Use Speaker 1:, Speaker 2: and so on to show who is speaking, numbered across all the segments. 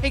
Speaker 1: Hey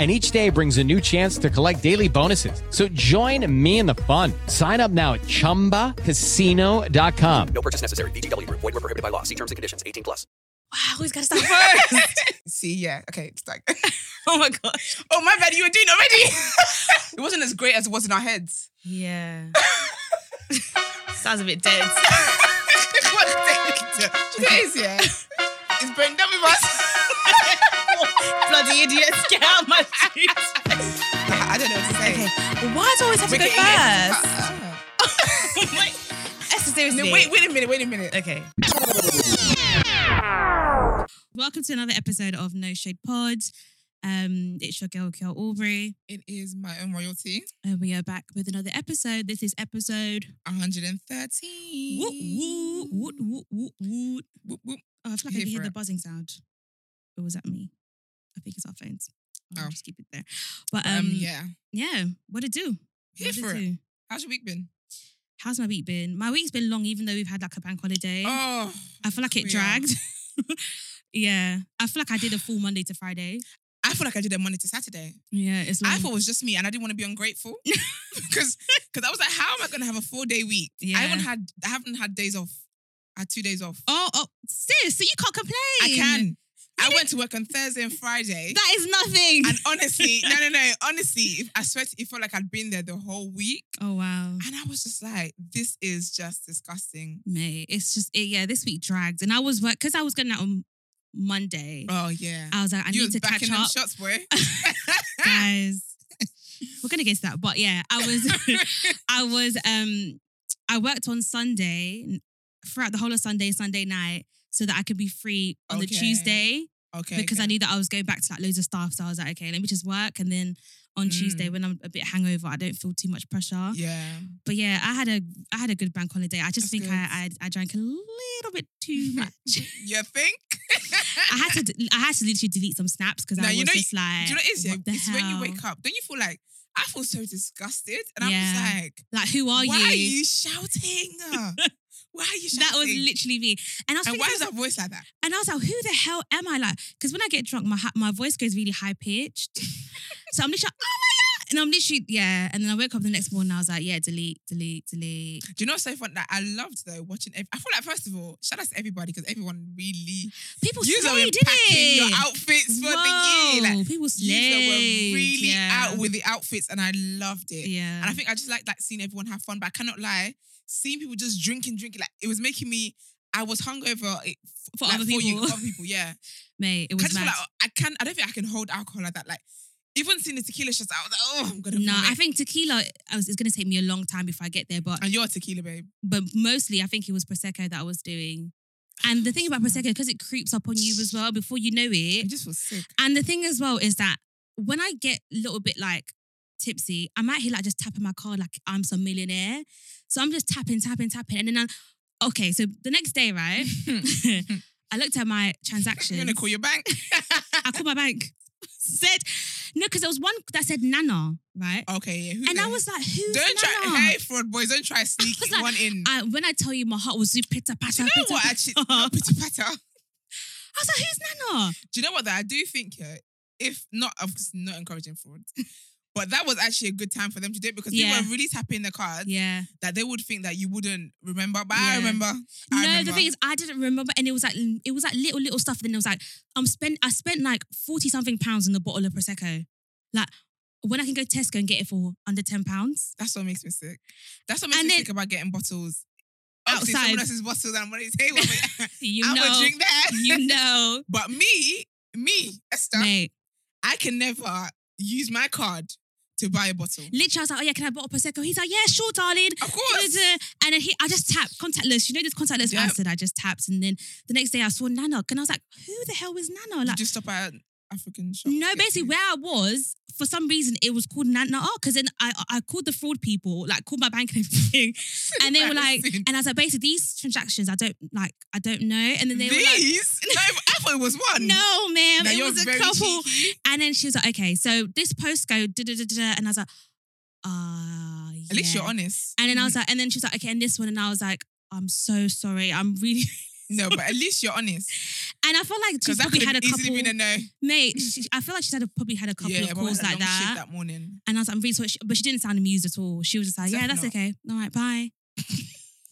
Speaker 1: and each day brings a new chance to collect daily bonuses. So join me in the fun. Sign up now at ChumbaCasino.com.
Speaker 2: No purchase necessary. VGW Group. Void were prohibited by law. See terms and conditions. 18 plus.
Speaker 3: Wow, who's got to start first?
Speaker 4: See, yeah. Okay, it's like,
Speaker 3: oh my gosh.
Speaker 4: oh, my bad, you were doing it already. it wasn't as great as it was in our heads.
Speaker 3: Yeah. Sounds a bit dead.
Speaker 4: What's it? Do you know what it is, yeah? It's brain dead with us.
Speaker 3: Bloody idiots, get out of my seat.
Speaker 4: I I don't know what to say.
Speaker 3: Okay, why do I always have to go
Speaker 4: We're getting it.
Speaker 3: first?
Speaker 4: Uh, uh.
Speaker 3: Wait, Esther, seriously.
Speaker 4: No, wait, wait a minute, wait a minute.
Speaker 3: Okay. Welcome to another episode of No Shade Pod. Um, it's your girl, Kiel Aubrey,
Speaker 4: It is my own royalty.
Speaker 3: and we are back with another episode. This is episode.
Speaker 4: 113.
Speaker 3: Woot, woot, woot, woot, woot, woot.
Speaker 4: Woot, woot.
Speaker 3: Oh, I feel like I
Speaker 4: Here
Speaker 3: can hear
Speaker 4: for
Speaker 3: the
Speaker 4: it.
Speaker 3: buzzing sound. Or was that me? I think it's our phones. I'll
Speaker 4: Oh.
Speaker 3: just keep it there. But um,
Speaker 4: Um,
Speaker 3: yeah.
Speaker 4: yeah.
Speaker 3: what it do?
Speaker 4: Here
Speaker 3: What it
Speaker 4: for it.
Speaker 3: do?
Speaker 4: How's your week been?
Speaker 3: How's my week been? My week's been long, even though we've had like a bank holiday.
Speaker 4: Oh,
Speaker 3: I feel like it
Speaker 4: we are.
Speaker 3: dragged. yeah, I feel like I did a full Monday to Friday.
Speaker 4: I feel like I did that Monday to Saturday.
Speaker 3: Yeah, it's
Speaker 4: I thought it was just me, and I didn't want to be ungrateful because because I was like, how am I going to have a four day week?
Speaker 3: Yeah.
Speaker 4: I haven't had I haven't had days off. I had two days off.
Speaker 3: oh, oh, sis, so you can't complain.
Speaker 4: I can. I went to work on Thursday and Friday.
Speaker 3: That is nothing.
Speaker 4: And honestly, no, no, no. Honestly, if, I swear, to- it felt like I'd been there the whole week,
Speaker 3: oh wow,
Speaker 4: and I was just like, "This is just disgusting."
Speaker 3: mate, it's just it, yeah. This week dragged, and I was work because I was going out on Monday.
Speaker 4: Oh yeah,
Speaker 3: I was like, Uh, I
Speaker 4: you
Speaker 3: need
Speaker 4: was
Speaker 3: to catch
Speaker 4: backing them
Speaker 3: up,
Speaker 4: shots, boy.
Speaker 3: guys. We're gonna get to that, but yeah, I was, I was, um, I worked on Sunday throughout the whole of Sunday, Sunday night, so that I could be free on the
Speaker 4: Okay.
Speaker 3: Tuesday.
Speaker 4: okay,
Speaker 3: because I
Speaker 4: okay.
Speaker 3: knew that I was going back to like loads of stuff. So I was like, okay, let me just work. And then on Tuesday, when I'm a bit hangover, I don't feel too much pressure.
Speaker 4: Mm. Yeah,
Speaker 3: But yeah, I had a I had a good bank holiday. I just
Speaker 4: That's
Speaker 3: think
Speaker 4: good.
Speaker 3: I, I I drank a little bit too much.
Speaker 4: you think?
Speaker 3: I had to d- I had to literally delete some snaps because
Speaker 4: No,
Speaker 3: I was
Speaker 4: you know-
Speaker 3: just like,
Speaker 4: Do you know what it is? yeah?
Speaker 3: what the
Speaker 4: It's when you
Speaker 3: hell?
Speaker 4: wake up. Don't you feel like I feel so disgusted? And I'm
Speaker 3: Yeah.
Speaker 4: just like,
Speaker 3: Like, who are
Speaker 4: why
Speaker 3: you?
Speaker 4: are you shouting? why are you shouting?
Speaker 3: That was literally me. And I was
Speaker 4: And
Speaker 3: thinking
Speaker 4: why
Speaker 3: to
Speaker 4: is that voice like that?
Speaker 3: And I was like, who the hell am I? Like, because when I get drunk, my hi- my voice goes really high pitched. so I'm literally, like, oh my God. And I'm literally, yeah. And then I woke up the next morning, I was like, yeah, delete, delete, delete.
Speaker 4: Do you know what's so fun? Like, I loved though watching. Ev- I feel like first of all, shout out to everybody because everyone really
Speaker 3: People
Speaker 4: you
Speaker 3: slayed,
Speaker 4: were
Speaker 3: didn't
Speaker 4: packing
Speaker 3: it?
Speaker 4: your outfits for the year. Like,
Speaker 3: Whoa, people
Speaker 4: you
Speaker 3: slayed.
Speaker 4: were really
Speaker 3: yeah.
Speaker 4: out with the outfits, and I loved it.
Speaker 3: Yeah.
Speaker 4: And I think I just like like seeing everyone have fun. But I cannot lie, seeing people just drinking, drinking, like it was making me. I was hungover it,
Speaker 3: for
Speaker 4: like,
Speaker 3: other
Speaker 4: for you,
Speaker 3: people.
Speaker 4: for other people. Yeah,
Speaker 3: Mate, it
Speaker 4: I
Speaker 3: was
Speaker 4: just feel
Speaker 3: mad.
Speaker 4: like I can. I don't think I can hold alcohol like that. Like even seeing the tequila shots, I was like, oh, I'm gonna.
Speaker 3: no,
Speaker 4: vomit.
Speaker 3: I think tequila, I was, it's going to take me a long time before I get there. But
Speaker 4: And you're a tequila babe.
Speaker 3: but mostly I think it was Prosecco that I was doing. And the thing about Prosecco, because it creeps up on you as well, before you know
Speaker 4: I
Speaker 3: it,
Speaker 4: just feel sick.
Speaker 3: And the thing as well is that when I get a little bit like tipsy, I'm out here like just tapping my card like I'm some millionaire. So I'm just tapping, tapping, tapping. And then I'm okay, so the next day, right? I looked at my
Speaker 4: You're
Speaker 3: transactions.
Speaker 4: gonna call your bank.
Speaker 3: I called my bank. said, no, because there was one that said Nana, right?
Speaker 4: okay, yeah. who's
Speaker 3: and I
Speaker 4: there?
Speaker 3: was like, who's
Speaker 4: Don't
Speaker 3: Nana?
Speaker 4: try, hey, fraud boys, don't try sneak
Speaker 3: was like,
Speaker 4: one in.
Speaker 3: I, when I tell you my heart was pitter
Speaker 4: Do
Speaker 3: patter,
Speaker 4: you know
Speaker 3: pitter
Speaker 4: what?
Speaker 3: patter.
Speaker 4: Actually,
Speaker 3: I
Speaker 4: not
Speaker 3: was
Speaker 4: pity patter.
Speaker 3: like, who's Nana?
Speaker 4: Do you know what? That I do think here, if not, of course, not encouraging fraud, but that was actually a good time for them to do it because
Speaker 3: Yeah.
Speaker 4: people were really tapping the cards
Speaker 3: Yeah.
Speaker 4: that they would think that you wouldn't remember. But
Speaker 3: Yeah.
Speaker 4: I remember. I
Speaker 3: No,
Speaker 4: remember.
Speaker 3: the thing is, I didn't remember, and it was like it was like little little stuff. Then it was like I'm spent. I spent like forty something pounds on the bottle of prosecco, like when I can go to Tesco and get it for under ten pounds.
Speaker 4: that's what makes me sick. That's what makes
Speaker 3: And
Speaker 4: me
Speaker 3: then-
Speaker 4: sick about getting bottles. Obviously,
Speaker 3: Outside.
Speaker 4: someone else's bottles and I'm on his table.
Speaker 3: You
Speaker 4: I'm
Speaker 3: know,
Speaker 4: gonna drink that.
Speaker 3: you know,
Speaker 4: But me, me, Esther,
Speaker 3: mate.
Speaker 4: I can never use my card to buy a bottle.
Speaker 3: Literally, I was like, "Oh yeah, can I have a bottle of prosecco?" He's like, "Yeah, sure, darling."
Speaker 4: Of course.
Speaker 3: Da-da-da. And then he, I just tapped contactless. You know this contactless
Speaker 4: Yeah.
Speaker 3: bastard. I just tapped, and then the next day I saw Nana, and I was like, "Who the hell is Nana?"
Speaker 4: You
Speaker 3: Like,
Speaker 4: just stop at African shop?
Speaker 3: No,
Speaker 4: to get
Speaker 3: basically
Speaker 4: to?
Speaker 3: where I was, for some reason it was called Nana because then I I called the fraud people, like called my bank and everything. And they were like,
Speaker 4: Embarrassing.
Speaker 3: and I was like, basically these transactions I don't like, I don't know. And then they were
Speaker 4: these? no, I thought it was one.
Speaker 3: like, No, ma'am,
Speaker 4: Now,
Speaker 3: it
Speaker 4: you're
Speaker 3: was a
Speaker 4: very
Speaker 3: couple.
Speaker 4: cheeky.
Speaker 3: And then she was like, okay, so this postcode, da da da da, and I was like, ah, yeah.
Speaker 4: At least you're honest.
Speaker 3: And then I was like, and then she was like, okay, and this one, and I was like, I'm so sorry, I'm really.
Speaker 4: No, but at least you're honest.
Speaker 3: And I felt like she
Speaker 4: Because that
Speaker 3: probably
Speaker 4: could
Speaker 3: had a
Speaker 4: have
Speaker 3: couple.
Speaker 4: easily been a no.
Speaker 3: mate, she, I feel like she's had a, probably had a couple
Speaker 4: Yeah,
Speaker 3: of
Speaker 4: but we
Speaker 3: calls
Speaker 4: had a
Speaker 3: like
Speaker 4: long shift
Speaker 3: that.
Speaker 4: that morning.
Speaker 3: And I was like, I'm really sorry. She- But she didn't sound amused at all. She was just like, yeah, that's
Speaker 4: Definitely
Speaker 3: okay. All right, bye.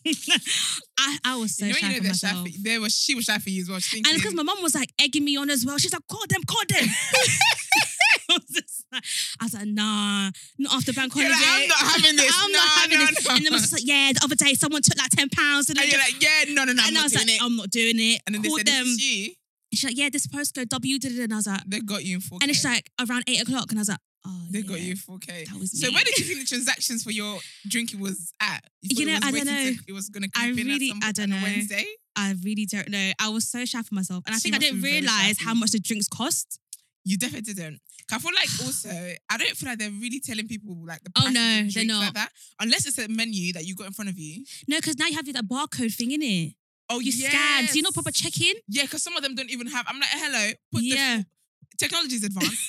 Speaker 3: I, I was so
Speaker 4: you know,
Speaker 3: shy
Speaker 4: you know
Speaker 3: for
Speaker 4: they're shy
Speaker 3: myself.
Speaker 4: for, they were, she was shy for you as well. She's
Speaker 3: And because
Speaker 4: thinking,
Speaker 3: my mum was like egging me on as well. She's like, call them, call them. I, was just like, I was like, nah, not after bank
Speaker 4: You're
Speaker 3: holiday.
Speaker 4: like, "I'm not having this.
Speaker 3: I'm
Speaker 4: No,
Speaker 3: not having
Speaker 4: no,
Speaker 3: this.
Speaker 4: no."
Speaker 3: And then it was just like, yeah, the other day someone took like 10 pounds. And,
Speaker 4: and you're like, yeah, no, no, no. I'm
Speaker 3: and I
Speaker 4: not
Speaker 3: was like,
Speaker 4: doing it.
Speaker 3: I'm not doing it.
Speaker 4: And then they
Speaker 3: Called
Speaker 4: said,
Speaker 3: them.
Speaker 4: this is you.
Speaker 3: And she's like, yeah, this postcode W did it. And I was like,
Speaker 4: They got you in 4K.
Speaker 3: and it's like around eight o'clock. And I was like, oh,
Speaker 4: They got
Speaker 3: yeah.
Speaker 4: you in 4K.
Speaker 3: That was
Speaker 4: So
Speaker 3: me.
Speaker 4: where did you think the transactions for your drinking was at?
Speaker 3: You
Speaker 4: thought it
Speaker 3: know,
Speaker 4: was
Speaker 3: I don't
Speaker 4: waiting
Speaker 3: know.
Speaker 4: To, it was gonna.
Speaker 3: I
Speaker 4: creep in at
Speaker 3: really-
Speaker 4: some
Speaker 3: I
Speaker 4: point
Speaker 3: don't
Speaker 4: on a
Speaker 3: know.
Speaker 4: Wednesday.
Speaker 3: I really don't know. I was so shy for myself. And I
Speaker 4: She
Speaker 3: think I
Speaker 4: must
Speaker 3: didn't
Speaker 4: be very shy
Speaker 3: realize
Speaker 4: for
Speaker 3: how
Speaker 4: you.
Speaker 3: much the drinks cost.
Speaker 4: You definitely didn't. 'Cause I feel like also, I don't feel like they're really telling people like the
Speaker 3: Oh,
Speaker 4: prices of
Speaker 3: no, they're
Speaker 4: drinks
Speaker 3: not.
Speaker 4: like that, unless it's a menu that you got in front of you.
Speaker 3: No, because now you have that barcode thing in it.
Speaker 4: Oh,
Speaker 3: You scan. So you're not proper checking.
Speaker 4: Yeah, because some of them don't even have. I'm like, hello, put
Speaker 3: Yeah.
Speaker 4: the technology's advanced.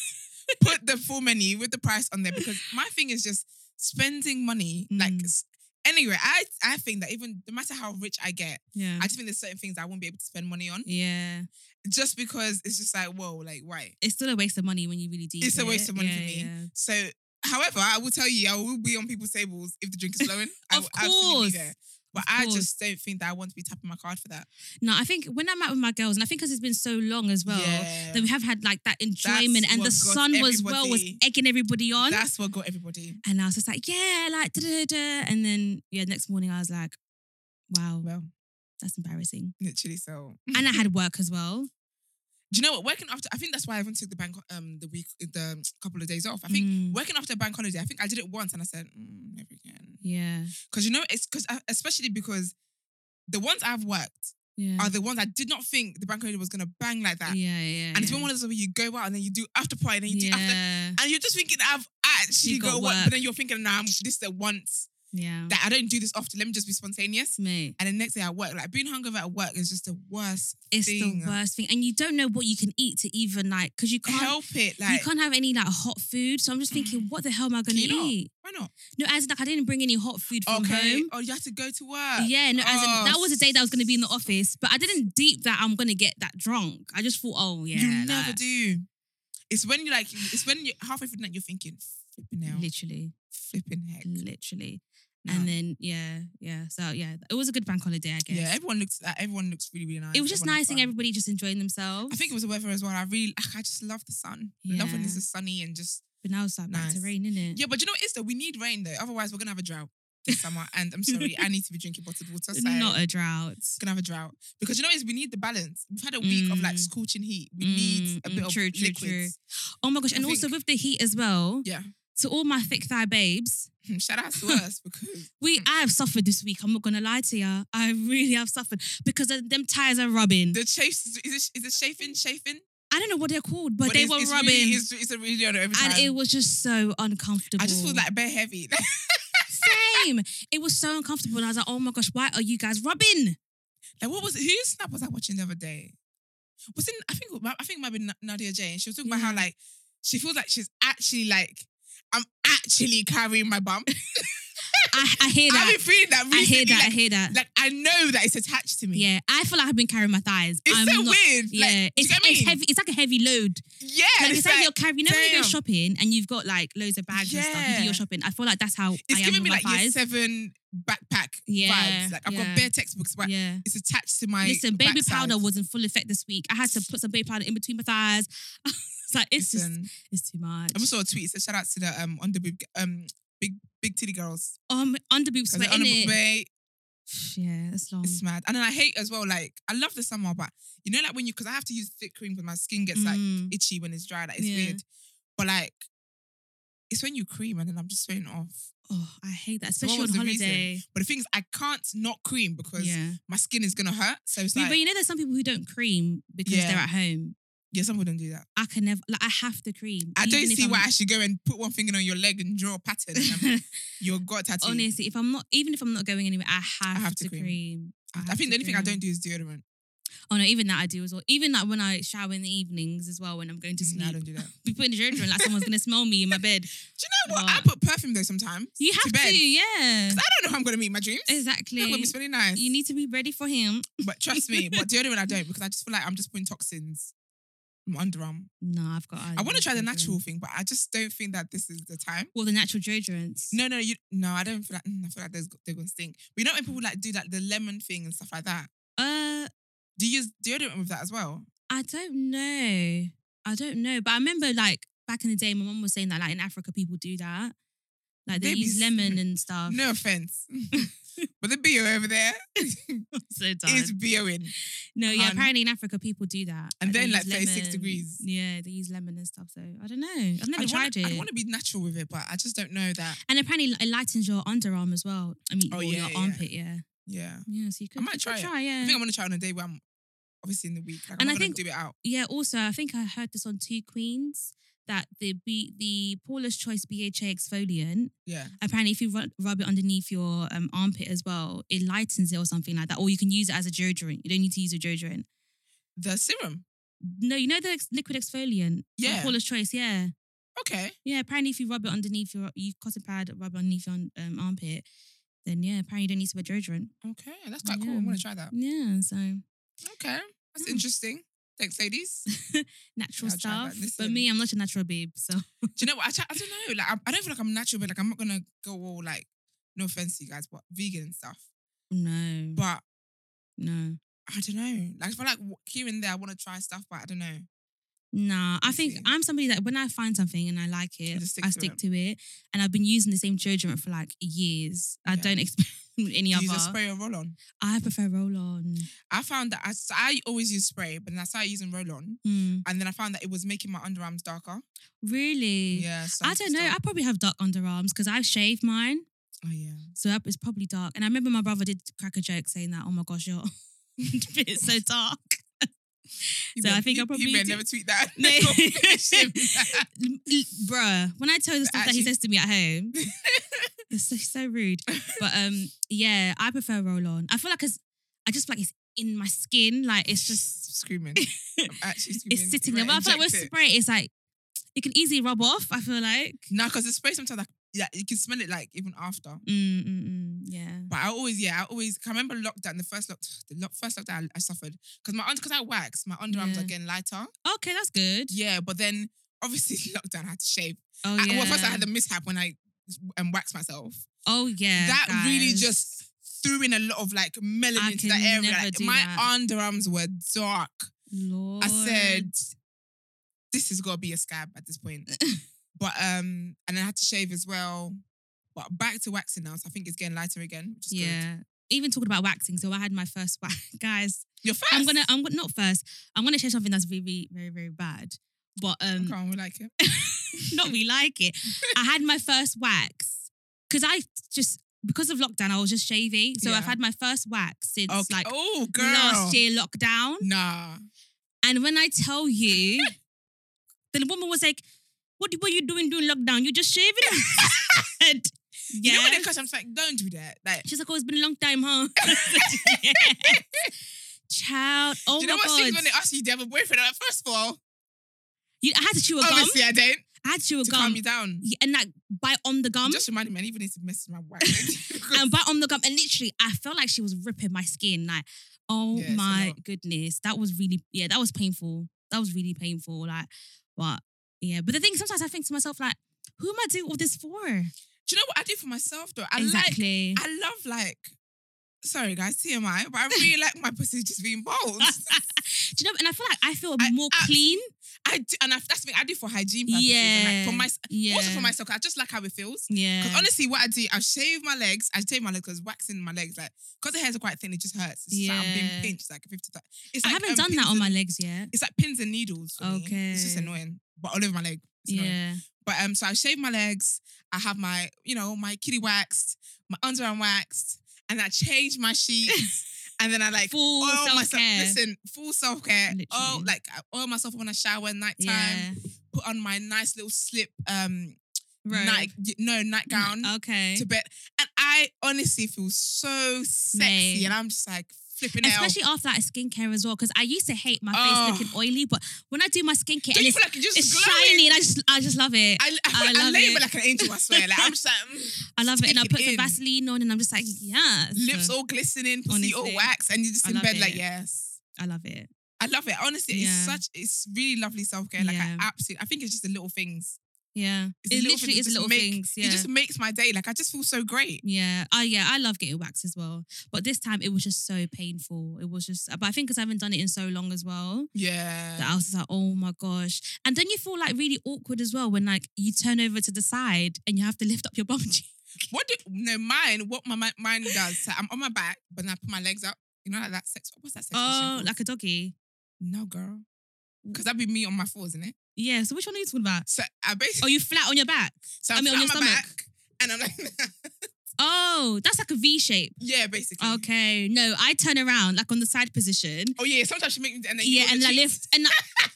Speaker 4: put the full menu with the price on there because my thing is just spending money. Like
Speaker 3: Mm.
Speaker 4: s- anyway, I I think that even no matter how rich I get,
Speaker 3: Yeah.
Speaker 4: I just think there's certain things I won't be able to spend money on
Speaker 3: yeah.
Speaker 4: just because it's just like whoa, like why?
Speaker 3: It's still a waste of money when you really do.
Speaker 4: It's a
Speaker 3: it.
Speaker 4: waste of money
Speaker 3: Yeah,
Speaker 4: for me.
Speaker 3: yeah.
Speaker 4: So, however, I will tell you, I will be on people's tables if the drink is flowing. I
Speaker 3: Of
Speaker 4: will absolutely
Speaker 3: course.
Speaker 4: be there. But
Speaker 3: Of
Speaker 4: I
Speaker 3: course.
Speaker 4: just don't think that I want to be tapping my card for that.
Speaker 3: No, I think when I'm out with my girls, and I think because it's been so long as well,
Speaker 4: Yeah.
Speaker 3: that we have had like that enjoyment, and the
Speaker 4: what got
Speaker 3: sun was well was
Speaker 4: everybody-
Speaker 3: egging everybody on.
Speaker 4: That's what got everybody.
Speaker 3: and I was just like, yeah, like da da da. And then yeah, next morning I was like, wow,
Speaker 4: Well,
Speaker 3: that's embarrassing.
Speaker 4: literally. So,
Speaker 3: And I had work as well.
Speaker 4: do you know what? Working after, I think that's why I even took the bank um the week the couple of days off. I think
Speaker 3: Mm.
Speaker 4: working after bank holiday, I think I did it once, and I said mm, never again.
Speaker 3: Yeah.
Speaker 4: Because you know, it's because especially because the ones I've worked
Speaker 3: Yeah.
Speaker 4: are the ones I did not think the bank holiday was gonna bang like that.
Speaker 3: Yeah, yeah.
Speaker 4: And it's
Speaker 3: yeah.
Speaker 4: been one of those where you go out and then you do after party and then you do after
Speaker 3: Yeah,
Speaker 4: and you're just thinking I've actually
Speaker 3: You
Speaker 4: got
Speaker 3: got
Speaker 4: work.
Speaker 3: work.
Speaker 4: but then you're thinking, nah, I'm, this is the once
Speaker 3: yeah.
Speaker 4: that I don't do this often. Let me just be spontaneous.
Speaker 3: Mate,
Speaker 4: And the next day at work, like being hungover at work is just the worst.
Speaker 3: it's
Speaker 4: thing.
Speaker 3: the worst thing, and you don't know what you can eat to even like because you can't
Speaker 4: Help it, like
Speaker 3: you can't have any like hot food. So I'm just thinking,
Speaker 4: Mm.
Speaker 3: what the hell am I
Speaker 4: Can
Speaker 3: gonna
Speaker 4: you not?
Speaker 3: eat?
Speaker 4: why not?
Speaker 3: No, as in, like I didn't bring any hot food from
Speaker 4: Okay.
Speaker 3: home.
Speaker 4: Oh, you have to go to work.
Speaker 3: Yeah, no, as in,
Speaker 4: Oh,
Speaker 3: that was a day that I was gonna be in the office, but I didn't deep that I'm gonna get that drunk. I just thought, oh yeah,
Speaker 4: you never
Speaker 3: like,
Speaker 4: do. It's when you like. It's when you halfway through the night you're thinking, flipping hell,
Speaker 3: literally,
Speaker 4: flipping heck.
Speaker 3: literally.
Speaker 4: No.
Speaker 3: And then yeah, yeah. So yeah, it was a good bank holiday, I guess.
Speaker 4: yeah, everyone looks. Uh, everyone looks really, really nice.
Speaker 3: it was just
Speaker 4: Everyone had
Speaker 3: nice seeing
Speaker 4: fun.
Speaker 3: everybody just enjoying themselves.
Speaker 4: I think it was the weather as well. I really, like, I just love the sun. Love when
Speaker 3: Yeah. Mm.
Speaker 4: it's just sunny and just
Speaker 3: but now it's like back to
Speaker 4: nice.
Speaker 3: rain, isn't it?
Speaker 4: Yeah, but you know what it is though? We need rain though. Otherwise, we're gonna have a drought this summer. And I'm sorry, I need to be drinking bottled water. So
Speaker 3: not a drought.
Speaker 4: gonna have a drought. Because you know what it is? We need the balance. We've had a week of like
Speaker 3: Mm.
Speaker 4: scorching heat. We
Speaker 3: Mm,
Speaker 4: need a
Speaker 3: mm,
Speaker 4: bit of
Speaker 3: true, true, true.
Speaker 4: liquids.
Speaker 3: Oh my gosh. And
Speaker 4: I
Speaker 3: also
Speaker 4: think-
Speaker 3: with the heat as well,
Speaker 4: Yeah.
Speaker 3: to all my thick thigh babes,
Speaker 4: Shout out to us because
Speaker 3: we I have suffered this week. I'm not gonna lie to ya. I really have suffered because of them tires are rubbing.
Speaker 4: the chase is it, is it chafing, chafing?
Speaker 3: I don't know what they're called, but, they
Speaker 4: it's-
Speaker 3: were
Speaker 4: it's
Speaker 3: rubbing.
Speaker 4: Really, it's, it's a really on every time.
Speaker 3: and it was just so uncomfortable.
Speaker 4: I just feel like bare heavy.
Speaker 3: same. It was so uncomfortable. And I was like, oh my gosh, why are you guys rubbing?
Speaker 4: like what was it? Whose snap was I watching the other day? Was in I think it might- I think it might be Na- Nadia J and she was talking about how
Speaker 3: Yeah.
Speaker 4: like she feels like she's actually like I'm actually carrying my bum.
Speaker 3: I, I hear
Speaker 4: I've
Speaker 3: that.
Speaker 4: been feeling that
Speaker 3: I
Speaker 4: recently.
Speaker 3: hear that. I
Speaker 4: Like,
Speaker 3: hear that.
Speaker 4: like, I know that it's attached to me.
Speaker 3: yeah. I feel like I've been carrying my thighs.
Speaker 4: It's
Speaker 3: I'm
Speaker 4: so
Speaker 3: not-
Speaker 4: weird.
Speaker 3: Yeah,
Speaker 4: Like, do you
Speaker 3: it's,
Speaker 4: get what I
Speaker 3: it's
Speaker 4: mean?
Speaker 3: heavy. It's like a heavy load.
Speaker 4: Yeah.
Speaker 3: Like,
Speaker 4: and
Speaker 3: it's, like, you're carrying. You know when you go
Speaker 4: damn.
Speaker 3: shopping and you've got like loads of bags and stuff. You do
Speaker 4: Yeah.
Speaker 3: your shopping. I feel like that's how
Speaker 4: it's
Speaker 3: I am
Speaker 4: giving
Speaker 3: with
Speaker 4: me
Speaker 3: my
Speaker 4: like year
Speaker 3: thighs.
Speaker 4: seven backpack
Speaker 3: Yeah,
Speaker 4: vibes. Like I've
Speaker 3: yeah.
Speaker 4: got bare textbooks, but
Speaker 3: yeah.
Speaker 4: it's attached to my
Speaker 3: Listen, baby
Speaker 4: backside.
Speaker 3: powder was in full effect this week. I had to put some baby powder in between my thighs. it's like it's just
Speaker 4: Listen,
Speaker 3: it's too much.
Speaker 4: I just saw a tweet. So shout out to the um underboob um big big titty girls.
Speaker 3: Um, underboob
Speaker 4: Because
Speaker 3: sweat in
Speaker 4: honorable
Speaker 3: it. Mm.
Speaker 4: babe,
Speaker 3: Yeah, that's long.
Speaker 4: it's mad. And then I hate as well, like, I love the summer, but you know, like when you, because I have to use thick cream because my skin gets like
Speaker 3: Mm.
Speaker 4: itchy when it's dry, like it's
Speaker 3: Yeah.
Speaker 4: weird. But like, it's when you cream and then I'm just sweating it off.
Speaker 3: Oh, I hate that,
Speaker 4: So what
Speaker 3: especially on
Speaker 4: was the reason?
Speaker 3: holiday.
Speaker 4: But the thing is, I can't not cream because
Speaker 3: Yeah,
Speaker 4: my skin is going to hurt. So it's
Speaker 3: Yeah,
Speaker 4: like,
Speaker 3: but you know, there's some people who don't cream because
Speaker 4: Yeah.
Speaker 3: they're at home.
Speaker 4: Yeah, some people don't do that.
Speaker 3: I can never like I have to cream.
Speaker 4: I
Speaker 3: even
Speaker 4: don't
Speaker 3: if
Speaker 4: see
Speaker 3: I'm-
Speaker 4: why I should go and put one finger on your leg and draw a pattern. You're got tattoo.
Speaker 3: Honestly, if I'm not even if I'm not going anywhere, I have,
Speaker 4: have
Speaker 3: to,
Speaker 4: to
Speaker 3: cream.
Speaker 4: cream.
Speaker 3: I
Speaker 4: I,
Speaker 3: have to
Speaker 4: think the only thing I
Speaker 3: cream.
Speaker 4: don't do is deodorant.
Speaker 3: Oh no, even that I do as well. Even like when I shower in the evenings as well when I'm going to sleep.
Speaker 4: Mm, No, I don't do that.
Speaker 3: be putting the deodorant like someone's gonna smell me in my bed.
Speaker 4: Do you know what? I
Speaker 3: But-
Speaker 4: put perfume though sometimes.
Speaker 3: You have to,
Speaker 4: bed.
Speaker 3: yeah.
Speaker 4: 'Cause I don't know how I'm gonna meet my dreams.
Speaker 3: Exactly.
Speaker 4: I'm gonna be smelling nice.
Speaker 3: You need to be ready for him.
Speaker 4: but trust me. But deodorant I don't because I just feel like I'm just putting toxins. in My underarm.
Speaker 3: No, I've got.
Speaker 4: I want to try the
Speaker 3: deodorant.
Speaker 4: natural thing, but I just don't think that this is the time.
Speaker 3: Well, the natural deodorants.
Speaker 4: No, no, you no. I don't feel like mm, I feel like there's, they're gonna stink. But you know when people like do like the lemon thing and stuff like that.
Speaker 3: Uh,
Speaker 4: Do you use deodorant with that as well?
Speaker 3: I don't know. I don't know. But I remember like back in the day, my mum was saying that like in Africa people do that. Like they
Speaker 4: They be
Speaker 3: use
Speaker 4: s-
Speaker 3: lemon and stuff.
Speaker 4: No offense, but the bo over there
Speaker 3: so done.
Speaker 4: is boing.
Speaker 3: no, yeah.
Speaker 4: hun.
Speaker 3: Apparently in Africa people do that.
Speaker 4: And
Speaker 3: they
Speaker 4: then, like,
Speaker 3: use
Speaker 4: 36
Speaker 3: lemon.
Speaker 4: degrees.
Speaker 3: Yeah, they use lemon and stuff. So I don't know. I've never
Speaker 4: I
Speaker 3: tried
Speaker 4: wanna,
Speaker 3: it.
Speaker 4: I want to be natural with it, but I just don't know that.
Speaker 3: And apparently it lightens your underarm as well. I mean,
Speaker 4: Oh,
Speaker 3: or
Speaker 4: yeah,
Speaker 3: your
Speaker 4: yeah.
Speaker 3: armpit. Yeah.
Speaker 4: Yeah,
Speaker 3: Yeah. So you could.
Speaker 4: might
Speaker 3: you could
Speaker 4: try it.
Speaker 3: Try. Yeah.
Speaker 4: I think I'm gonna try on a day where I'm obviously in the week. Like,
Speaker 3: Mm. And
Speaker 4: I'm
Speaker 3: I
Speaker 4: not gonna
Speaker 3: think-
Speaker 4: do it out.
Speaker 3: yeah, also I think I heard this on Two Queens that the B, the Paula's Choice BHA exfoliant
Speaker 4: Yeah,
Speaker 3: apparently if you rub, rub it underneath your um, armpit as well, it lightens it or something like that. Or you can use it as a deodorant. You don't need to use a deodorant.
Speaker 4: the serum.
Speaker 3: No, you know the ex- liquid exfoliant. from
Speaker 4: Yeah.
Speaker 3: Paula's Choice. Yeah,
Speaker 4: Okay,
Speaker 3: yeah. Apparently, if you rub it underneath your you cotton pad, rub it underneath your um, armpit, then yeah, apparently you don't need to wear deodorant.
Speaker 4: okay, that's quite cool. I'm
Speaker 3: Yeah.
Speaker 4: gonna try that.
Speaker 3: Yeah, so
Speaker 4: Okay, that's
Speaker 3: Mm.
Speaker 4: interesting. Thanks, ladies.
Speaker 3: natural
Speaker 4: I'll try that.
Speaker 3: stuff. But
Speaker 4: Listen.
Speaker 3: me, I'm not a natural babe. So
Speaker 4: Do you know what? I, try, I don't know. Like, I, I don't feel like I'm natural, but like, I'm not gonna go all like, no offense to you guys, but vegan and stuff.
Speaker 3: no,
Speaker 4: But
Speaker 3: no.
Speaker 4: I don't know. Like, I feel like w- here and there, I want to try stuff, but I don't know.
Speaker 3: Nah, I
Speaker 4: I
Speaker 3: think
Speaker 4: see.
Speaker 3: I'm somebody that when I find something and I like it,
Speaker 4: just stick
Speaker 3: I
Speaker 4: to
Speaker 3: stick
Speaker 4: it.
Speaker 3: to it. And I've been using the same deodorant for like years. I
Speaker 4: Yeah.
Speaker 3: don't expect any
Speaker 4: Do
Speaker 3: other.
Speaker 4: you use a spray or roll on?
Speaker 3: I prefer roll on.
Speaker 4: I found that I, s- I always use spray, but then I started using roll on,
Speaker 3: Hmm, Mm.
Speaker 4: and then I found that it was making my underarms darker.
Speaker 3: Really?
Speaker 4: Yeah. So
Speaker 3: Mm. I don't know. I
Speaker 4: stopped.
Speaker 3: probably have dark underarms because I shave mine.
Speaker 4: oh yeah.
Speaker 3: So that- it's probably dark. And I remember my brother did crack a joke saying that, oh my gosh, your bit is so dark.
Speaker 4: You
Speaker 3: So I
Speaker 4: better-
Speaker 3: think I
Speaker 4: you-
Speaker 3: probably
Speaker 4: you better
Speaker 3: do-
Speaker 4: never tweet that.
Speaker 3: No.
Speaker 4: Shame.
Speaker 3: Bruh, when I tell you the stuff that he
Speaker 4: Actually-
Speaker 3: says to me at home, it's so, so rude. But um, yeah, I prefer roll on. I feel like it's, I just feel like it's in my skin. Like it's just,
Speaker 4: screaming. I'm actually screaming.
Speaker 3: it's sitting there.
Speaker 4: You
Speaker 3: But I
Speaker 4: better
Speaker 3: feel like with
Speaker 4: inject it.
Speaker 3: spray, it's like it can easily rub off. I feel like.
Speaker 4: Nah, because the spray sometimes like yeah, you can smell it like even after.
Speaker 3: Mm, mm, mm, yeah.
Speaker 4: But I always, yeah, I always. 'cause I remember lockdown, the first lock, the lock, first lockdown I, I suffered because my because I wax, my underarms
Speaker 3: Yeah.
Speaker 4: are getting lighter.
Speaker 3: Okay, that's good.
Speaker 4: Yeah, but then obviously lockdown, I had to shave.
Speaker 3: Oh
Speaker 4: I-
Speaker 3: yeah.
Speaker 4: well, first I had the mishap when I and waxed myself.
Speaker 3: oh yeah.
Speaker 4: that really
Speaker 3: guys.
Speaker 4: just threw in a lot of like melanin
Speaker 3: I
Speaker 4: into
Speaker 3: can
Speaker 4: that area.
Speaker 3: never
Speaker 4: Like,
Speaker 3: do
Speaker 4: my
Speaker 3: that.
Speaker 4: underarms were dark.
Speaker 3: Lord.
Speaker 4: I said, this has got to be a scab at this point. but um, and I had to shave as well. But back to waxing now, so I think it's getting lighter again, which is good.
Speaker 3: Yeah. Even talking about waxing, so I had my first wax, guys.
Speaker 4: Your first.
Speaker 3: I'm gonna, I'm gonna- not first. I'm gonna share something that's very, very, very bad, but um,
Speaker 4: Come on, we like it.
Speaker 3: not we like it. I had my first wax because I just because of lockdown, I was just shaving, so I've
Speaker 4: Yeah.
Speaker 3: had my first wax since
Speaker 4: Okay.
Speaker 3: like
Speaker 4: oh, girl.
Speaker 3: last year lockdown.
Speaker 4: Nah.
Speaker 3: And when I tell you, the woman was like, "What, what are you doing during lockdown? You just shaving?" I said,
Speaker 4: You know when they
Speaker 3: "Yes."
Speaker 4: cut, I'm just like, don't do that. Like,
Speaker 3: She's like, "Oh, it's been a long time, huh?" Yeah. Child, oh
Speaker 4: do you know
Speaker 3: my
Speaker 4: what
Speaker 3: god!
Speaker 4: things when they ask you, do you have a boyfriend? I'm like, first of all,
Speaker 3: You- I had to chew a gum.
Speaker 4: obviously I don't.
Speaker 3: I had to chew a
Speaker 4: To
Speaker 3: gum.
Speaker 4: calm me down.
Speaker 3: Yeah, and like bite on the gum Um,
Speaker 4: Just reminded me, I even need to message my wife. Because-
Speaker 3: and bite on the gum and literally I felt like she was ripping my skin like oh
Speaker 4: Yeah, it's a
Speaker 3: my
Speaker 4: lot.
Speaker 3: goodness that was really yeah that was painful that was really painful like but yeah but the thing sometimes I think to myself like who am I doing all this for
Speaker 4: do you know what I do for myself though? I
Speaker 3: exactly
Speaker 4: like, I love like, sorry guys, TMI, but I really like my pussy just being bold.
Speaker 3: do you know and I feel like I feel
Speaker 4: I
Speaker 3: more
Speaker 4: abs-
Speaker 3: clean
Speaker 4: I do, and I, that's the thing I do for hygiene purposes.
Speaker 3: yeah
Speaker 4: And like for my,
Speaker 3: yeah
Speaker 4: also for myself, 'cause I just like how it feels.
Speaker 3: yeah
Speaker 4: Because honestly, what I do, I shave my legs. I shave my legs because waxing my legs, like, because the hairs are quite thin, it just hurts. It's just like I'm
Speaker 3: Yeah.
Speaker 4: being pinched, like 50 times. It's
Speaker 3: I
Speaker 4: like,
Speaker 3: haven't
Speaker 4: um,
Speaker 3: done
Speaker 4: pins
Speaker 3: that on
Speaker 4: and-
Speaker 3: my legs yet
Speaker 4: It's like pins and needles. For Me. It's just
Speaker 3: Okay.
Speaker 4: annoying, but all over my leg. It's annoying.
Speaker 3: yeah
Speaker 4: But um, so I shave my legs. I have my, you know, my kitty waxed, my underarm waxed, and I change my sheets. And then I like
Speaker 3: Full
Speaker 4: oil
Speaker 3: self-care.
Speaker 4: myself. Listen, full self care. Oh,
Speaker 3: Literally.
Speaker 4: like I oil myself when I shower nighttime.
Speaker 3: Yeah.
Speaker 4: Put on my nice little slip. Um,
Speaker 3: Robe.
Speaker 4: night no nightgown
Speaker 3: Mm, Okay.
Speaker 4: to bed, and I honestly feel so sexy,
Speaker 3: Mate.
Speaker 4: and I'm just like flipping out.
Speaker 3: Especially after like skincare as well, because I used to hate my face
Speaker 4: Oh.
Speaker 3: looking oily, but when I do my skincare,
Speaker 4: Don't
Speaker 3: and
Speaker 4: you
Speaker 3: it's,
Speaker 4: feel like you're just
Speaker 3: it's
Speaker 4: glowing?
Speaker 3: shiny, and I just I just love it.
Speaker 4: I, I,
Speaker 3: I
Speaker 4: feel- I,
Speaker 3: love
Speaker 4: labor
Speaker 3: it.
Speaker 4: like an angel, I swear. Like I'm just like mm,
Speaker 3: I love it, and I
Speaker 4: take it
Speaker 3: put some
Speaker 4: in.
Speaker 3: Vaseline on, and I'm just like, yes,
Speaker 4: lips all glistening, pussy all
Speaker 3: Honestly.
Speaker 4: wax, and you're just
Speaker 3: I
Speaker 4: in
Speaker 3: love
Speaker 4: bed like
Speaker 3: it.
Speaker 4: yes.
Speaker 3: I love it.
Speaker 4: I love it. Honestly,
Speaker 3: Yeah.
Speaker 4: it's such it's really lovely self care. Like
Speaker 3: Yeah.
Speaker 4: I absolutely, I think it's just the little things.
Speaker 3: Yeah,
Speaker 4: It's the
Speaker 3: it
Speaker 4: little
Speaker 3: literally
Speaker 4: things
Speaker 3: is
Speaker 4: that just
Speaker 3: little
Speaker 4: make-
Speaker 3: things. Yeah,
Speaker 4: It just makes my day. Like I just feel so great.
Speaker 3: yeah. Oh yeah, I love getting waxed as well, but this time it was just so painful. It was just, but I think because I haven't done it in so long as well.
Speaker 4: Yeah.
Speaker 3: that I was just like, oh my gosh. And then you feel like really awkward as well when like you turn over to the side and you have to lift up your bum cheek.
Speaker 4: What do no mine? What my mi- mine does? So I'm on my back, but then I put my legs up. You know, like that sex. What's that sex? position
Speaker 3: Oh,
Speaker 4: called?
Speaker 3: like a doggy.
Speaker 4: no, girl. Because that'd be me on my fours, isn't it?
Speaker 3: Yeah. So which one are you talking about?
Speaker 4: So I
Speaker 3: Oh,
Speaker 4: basically,
Speaker 3: you flat on your back.
Speaker 4: so
Speaker 3: I
Speaker 4: I'm
Speaker 3: mean, on
Speaker 4: flat
Speaker 3: your
Speaker 4: my
Speaker 3: stomach?
Speaker 4: back, and I'm like,
Speaker 3: Oh, that's like a V shape.
Speaker 4: yeah, basically.
Speaker 3: Okay. No, I turn around like on the side position.
Speaker 4: Oh yeah, sometimes she makes me, and then you
Speaker 3: yeah,
Speaker 4: got
Speaker 3: and
Speaker 4: the
Speaker 3: I
Speaker 4: cheeks.
Speaker 3: lift and I-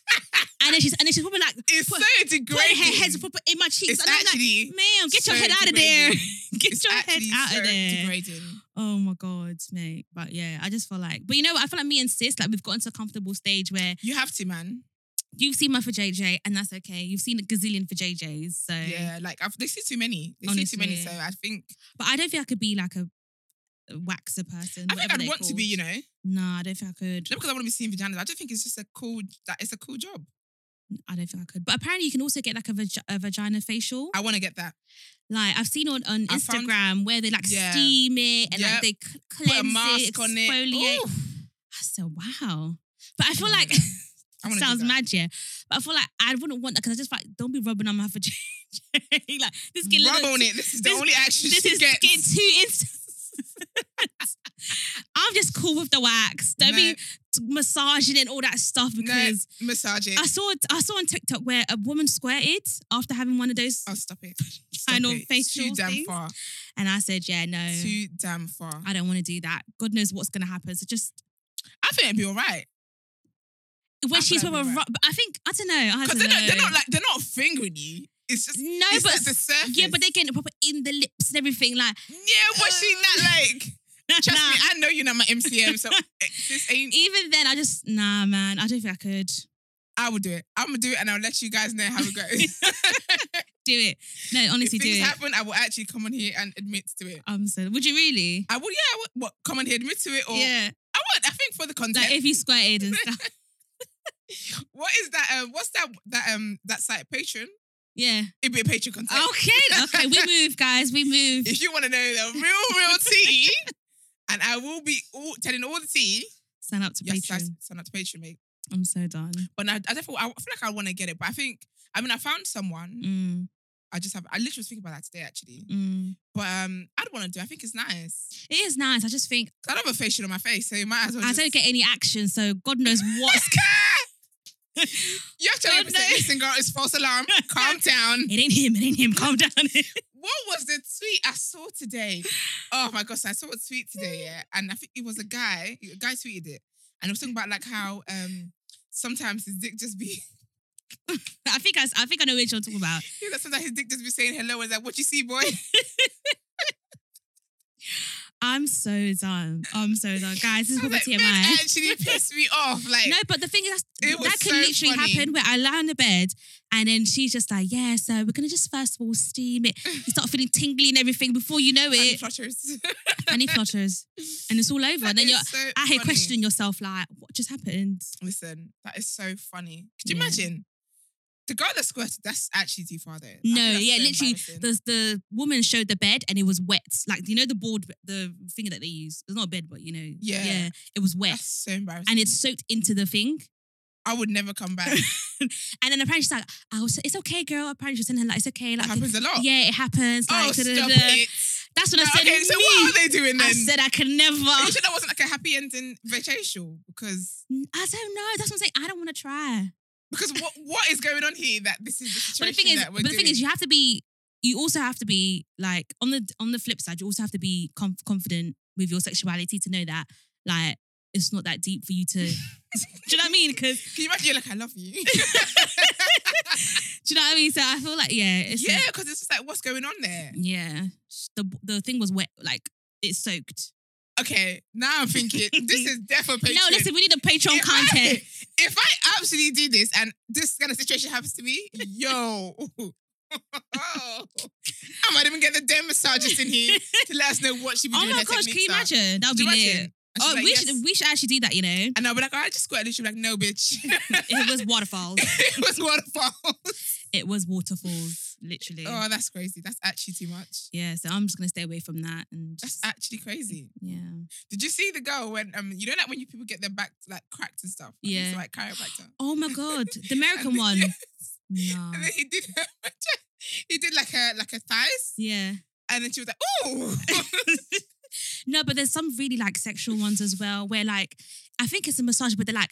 Speaker 3: and then she's and then she's probably like
Speaker 4: It's
Speaker 3: put-
Speaker 4: so
Speaker 3: putting
Speaker 4: degrading.
Speaker 3: her head proper in my cheeks.
Speaker 4: it's
Speaker 3: and I'm like,
Speaker 4: actually
Speaker 3: ma'am, get your
Speaker 4: so
Speaker 3: head out of there.
Speaker 4: degrading.
Speaker 3: Get
Speaker 4: it's
Speaker 3: your head
Speaker 4: actually
Speaker 3: out
Speaker 4: so
Speaker 3: of there.
Speaker 4: degrading.
Speaker 3: Oh my God, mate. But yeah, I just feel like, but you know what? I feel like me and sis, like we've gotten to a comfortable stage where
Speaker 4: You have to, man.
Speaker 3: you've seen my for JJ and that's okay. You've seen a gazillion for JJs. So,
Speaker 4: Yeah, like I've, they see too many. They see too many. So
Speaker 3: Honestly.
Speaker 4: I think
Speaker 3: but I don't think I could be like a waxer person.
Speaker 4: I think
Speaker 3: whatever
Speaker 4: I'd
Speaker 3: they're
Speaker 4: want to be. You
Speaker 3: called.
Speaker 4: know,
Speaker 3: Nah, I don't think I could.
Speaker 4: not because I want to be seeing vaginas. I just think it's just a cool. That it's a cool job.
Speaker 3: I don't think I could. But apparently, you can also get like a, vag- a vagina facial.
Speaker 4: I want to get that.
Speaker 3: like I've seen on on
Speaker 4: I
Speaker 3: Instagram
Speaker 4: found-
Speaker 3: where they like
Speaker 4: Yeah.
Speaker 3: steam it and
Speaker 4: Yep.
Speaker 3: like they c-
Speaker 4: Put a
Speaker 3: cleanse it,
Speaker 4: mask on it.
Speaker 3: exfoliate.
Speaker 4: Ooh,
Speaker 3: I said, wow. But I feel
Speaker 4: wanna
Speaker 3: like
Speaker 4: do that. I wanna do
Speaker 3: sounds
Speaker 4: that.
Speaker 3: mad, yeah. But I feel like I wouldn't want that because I just like don't be rubbing on my vagina. like this get
Speaker 4: Rub
Speaker 3: little,
Speaker 4: on it. This is the
Speaker 3: this-
Speaker 4: only action
Speaker 3: This
Speaker 4: she
Speaker 3: is
Speaker 4: gets.
Speaker 3: getting too instant. I'm just cool with the wax. Don't be
Speaker 4: No.
Speaker 3: t- massaging and all that stuff because
Speaker 4: no, massage it.
Speaker 3: I saw I saw on TikTok where a woman squirted after having one of those,
Speaker 4: Oh, stop it.
Speaker 3: I
Speaker 4: Stop
Speaker 3: know
Speaker 4: it. It's
Speaker 3: facial
Speaker 4: Too damn
Speaker 3: things.
Speaker 4: far.
Speaker 3: and I said, yeah, no,
Speaker 4: Too damn far.
Speaker 3: I don't want to do that. God knows what's gonna happen. So just
Speaker 4: I think it'd be all right.
Speaker 3: when
Speaker 4: I
Speaker 3: she's
Speaker 4: feel
Speaker 3: with a,
Speaker 4: like we
Speaker 3: ru- I think I don't know. I don't
Speaker 4: Because they're not,
Speaker 3: know.
Speaker 4: they're not like, they're not fingering you. It's just,
Speaker 3: no,
Speaker 4: it's
Speaker 3: but
Speaker 4: just the surface.
Speaker 3: yeah, but they're getting it proper in the lips and everything. Like
Speaker 4: Yeah, but she not like, trust
Speaker 3: Uh, nah.
Speaker 4: me, I know you're not my MCM, so this ain't,
Speaker 3: even then, I just nah, man. I don't think I could
Speaker 4: I will do it. I'm going to do it and I'll let you guys know how it goes.
Speaker 3: do it. No, honestly,
Speaker 4: if
Speaker 3: do
Speaker 4: things
Speaker 3: it.
Speaker 4: happen, I will actually come on here and admit to it.
Speaker 3: I'm so. Would you really?
Speaker 4: I would, yeah, I would, what, come on here, admit to it, or
Speaker 3: yeah,
Speaker 4: I would, I think for the content.
Speaker 3: like if you squirted and stuff.
Speaker 4: what is that, um, what's that, that, um, that site, Patreon?
Speaker 3: Yeah.
Speaker 4: It'd be a Patreon content.
Speaker 3: Oh. Okay. Okay. We move, guys. We move.
Speaker 4: if you want to know the real, real tea, and I will be all, telling all the tea.
Speaker 3: Sign up to
Speaker 4: Yes,
Speaker 3: Patreon.
Speaker 4: guys, sign up to Patreon, mate.
Speaker 3: I'm so done.
Speaker 4: But now, I definitely, I feel like I want to get it. But I think, I mean, I found someone.
Speaker 3: Mm,
Speaker 4: I just have, I literally was thinking about that today, actually.
Speaker 3: mm.
Speaker 4: But um, I'd want to do. I think it's nice.
Speaker 3: It is nice. I just think
Speaker 4: 'Cause I don't have a facial on my face, so you might as well.
Speaker 3: I
Speaker 4: just-
Speaker 3: don't get any action, so God knows what's.
Speaker 4: Ah! You have to
Speaker 3: God
Speaker 4: oh,
Speaker 3: knows.
Speaker 4: listen, girl. It's false alarm. Calm down.
Speaker 3: it ain't him. It ain't him. Calm down.
Speaker 4: What was the tweet I saw today? Oh my gosh, I saw a tweet today, yeah. And I think it was a guy, a guy tweeted it. And it was talking about like how um sometimes his dick just be
Speaker 3: I think I, I think I know which one I'm talking about.
Speaker 4: he was like, sometimes his dick just be saying hello and it's like, what you see, boy?
Speaker 3: I'm so done. I'm so done, guys. This is
Speaker 4: I was
Speaker 3: proper
Speaker 4: like,
Speaker 3: TMI.
Speaker 4: "Man, actually pissed me off. Like
Speaker 3: No, but the thing is,
Speaker 4: It
Speaker 3: that
Speaker 4: was
Speaker 3: can
Speaker 4: so
Speaker 3: literally
Speaker 4: funny.
Speaker 3: happen where I lie on the bed and then she's just like, yeah, so we're going to just first of all steam it. You start feeling tingly and everything before you know
Speaker 4: honey
Speaker 3: it.
Speaker 4: flutters.
Speaker 3: And it flutters. And it's all over.
Speaker 4: That
Speaker 3: And then
Speaker 4: is
Speaker 3: you're
Speaker 4: so
Speaker 3: out here
Speaker 4: funny.
Speaker 3: questioning yourself, like, what just happened?
Speaker 4: Listen, that is so funny. Could you
Speaker 3: Yeah.
Speaker 4: imagine? The girl that squirted, that's actually too far there. I
Speaker 3: No,
Speaker 4: think that's
Speaker 3: yeah,
Speaker 4: so
Speaker 3: literally,
Speaker 4: embarrassing.
Speaker 3: the, the woman showed the bed and it was wet. Like, you know, the board, the thing that they use. It's not a bed, but you know.
Speaker 4: Yeah.
Speaker 3: Yeah. It was wet.
Speaker 4: That's so embarrassing.
Speaker 3: and it soaked into the thing.
Speaker 4: I would never come back.
Speaker 3: And then apparently she's like, I was, it's okay, girl. Apparently she was telling her, like, it's okay. Like,
Speaker 4: That happens a lot.
Speaker 3: yeah, it happens. Like,
Speaker 4: oh, stop
Speaker 3: da-da-da-da.
Speaker 4: it.
Speaker 3: That's when I said,
Speaker 4: Okay, so
Speaker 3: me.
Speaker 4: what are they doing then?
Speaker 3: I said "Ah." I could never.
Speaker 4: Are you sure that wasn't like a happy ending vacation? Because
Speaker 3: I don't know. That's what I'm saying. I don't want to try.
Speaker 4: because what what is going on here that this is the
Speaker 3: But the
Speaker 4: situation
Speaker 3: thing is,
Speaker 4: that
Speaker 3: but
Speaker 4: we're
Speaker 3: the
Speaker 4: doing?
Speaker 3: thing is, you have to be. You also have to be like on the on the flip side. You also have to be conf- confident with your sexuality to know that like it's not that deep for you to. do you know what I mean? Because
Speaker 4: Can you imagine? You're like, I love you.
Speaker 3: do you know what I mean? So I feel like yeah, it's
Speaker 4: yeah, because it's just like, what's going on there?
Speaker 3: yeah. The the thing was wet, like it soaked.
Speaker 4: Okay, now I'm thinking this is definitely
Speaker 3: No, listen, we need a Patreon
Speaker 4: If I-
Speaker 3: content.
Speaker 4: if I actually do this and this kind of situation happens to me, yo. I might even get the damn massages in here to let us know what she be
Speaker 3: Oh
Speaker 4: doing.
Speaker 3: my
Speaker 4: her
Speaker 3: gosh, can you
Speaker 4: techniques are.
Speaker 3: imagine? That would
Speaker 4: Do
Speaker 3: be
Speaker 4: you
Speaker 3: lit.
Speaker 4: imagine? And she's
Speaker 3: Oh,
Speaker 4: like,
Speaker 3: we
Speaker 4: yes.
Speaker 3: should we should actually do that. You know,
Speaker 4: And I'll be like, oh, I just squirted. She'll be like, no, bitch.
Speaker 3: it was waterfalls.
Speaker 4: it was waterfall.
Speaker 3: it was waterfalls, literally.
Speaker 4: Oh, that's crazy. That's actually too much.
Speaker 3: Yeah, so I'm just gonna stay away from that and
Speaker 4: That's
Speaker 3: just
Speaker 4: actually crazy.
Speaker 3: yeah.
Speaker 4: Did you see the girl when um you know like when you people get their back like cracked and stuff? I think
Speaker 3: Yeah.
Speaker 4: It's like chiropractor.
Speaker 3: Oh my god, the American one. No.
Speaker 4: And then he did her, he did like her like her thighs.
Speaker 3: Yeah.
Speaker 4: And then she was like, ooh.
Speaker 3: No, but there's some really like sexual ones as well where like I think it's a massage, but they're like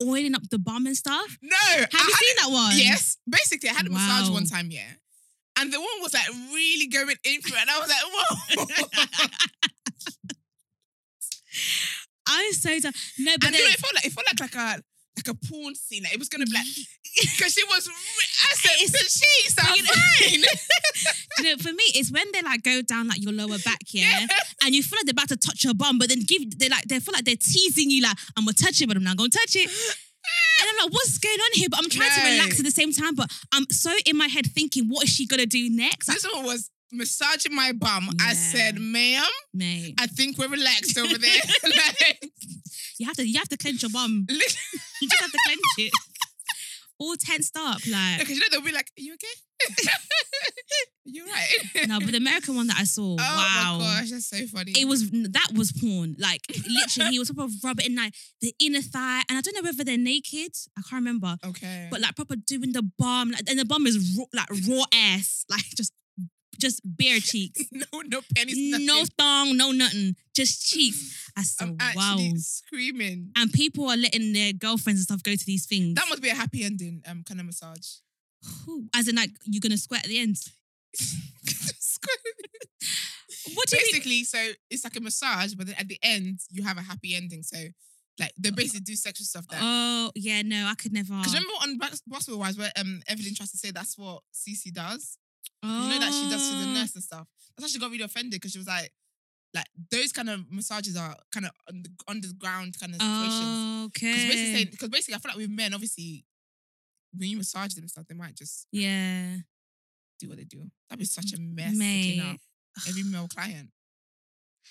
Speaker 3: oiling up the bum and stuff.
Speaker 4: No.
Speaker 3: Have you
Speaker 4: I
Speaker 3: seen that one?
Speaker 4: had- yes. Basically, I had a massage
Speaker 3: Wow.
Speaker 4: one time, yeah. And the one was like really going in for it. And I was like, whoa.
Speaker 3: I'm so done. No, but
Speaker 4: and you know,
Speaker 3: then,
Speaker 4: it felt like it felt like, like a like a porn scene. Like, it was gonna be like because she was re- I said,
Speaker 3: It's-
Speaker 4: "Bitch, she's
Speaker 3: but you know-
Speaker 4: fine.
Speaker 3: you know, for me, it's when they like go down like your lower back, yeah, and you feel like they're about to touch your bum, but then give they like they feel like they're teasing you, like I'm gonna touch it, but I'm not gonna touch it. And I'm like, what's going on here? But I'm trying to
Speaker 4: No.
Speaker 3: relax at the same time, but I'm so in my head thinking, what is she gonna do next? Like,
Speaker 4: this one was massaging my bum. I
Speaker 3: Yeah.
Speaker 4: said, ma'am,
Speaker 3: mate,
Speaker 4: I think we're relaxed over there. like,
Speaker 3: you have to you have to clench your bum.
Speaker 4: literally,
Speaker 3: You just have to clench it. All tensed up, like
Speaker 4: because you know they'll be like, Are you okay? You're right.
Speaker 3: no. But the American one that I saw,
Speaker 4: oh
Speaker 3: wow,
Speaker 4: my gosh, that's so funny.
Speaker 3: it was that was porn. Like literally, he was proper rubbing like the inner thigh, and I don't know whether they're naked. I can't remember,
Speaker 4: okay.
Speaker 3: but like proper doing the bum, like, and the bum is raw, like raw ass, like just just bare cheeks,
Speaker 4: no, no pennies, nothing.
Speaker 3: no thong, no nothing, just cheeks. I said,
Speaker 4: I'm
Speaker 3: wow.
Speaker 4: actually screaming.
Speaker 3: And people are letting their girlfriends and stuff go to these things.
Speaker 4: That must be a happy ending, um, kind of massage.
Speaker 3: Ooh, As in, like you're gonna squirt at the end. What do you think?
Speaker 4: basically, so it's like a massage, but then at the end you have a happy ending. So, like they basically do sexual stuff there.
Speaker 3: Oh yeah, no, I could never.
Speaker 4: Because remember on Bas- Basketball Wives where um Evelyn tries to say that's what Cece does.
Speaker 3: oh.
Speaker 4: You know that she does to the nurse and stuff. That's how she got really offended because she was like, like those kind of massages are kind of on the underground kind of
Speaker 3: Oh,
Speaker 4: situations. Because basically,
Speaker 3: Okay.
Speaker 4: saying- 'cause basically, I feel like with men, obviously, when you massage them and stuff, they might just
Speaker 3: Yeah.
Speaker 4: do what they do. That'd be such a mess. Mate.
Speaker 3: Mate.
Speaker 4: Up every male client.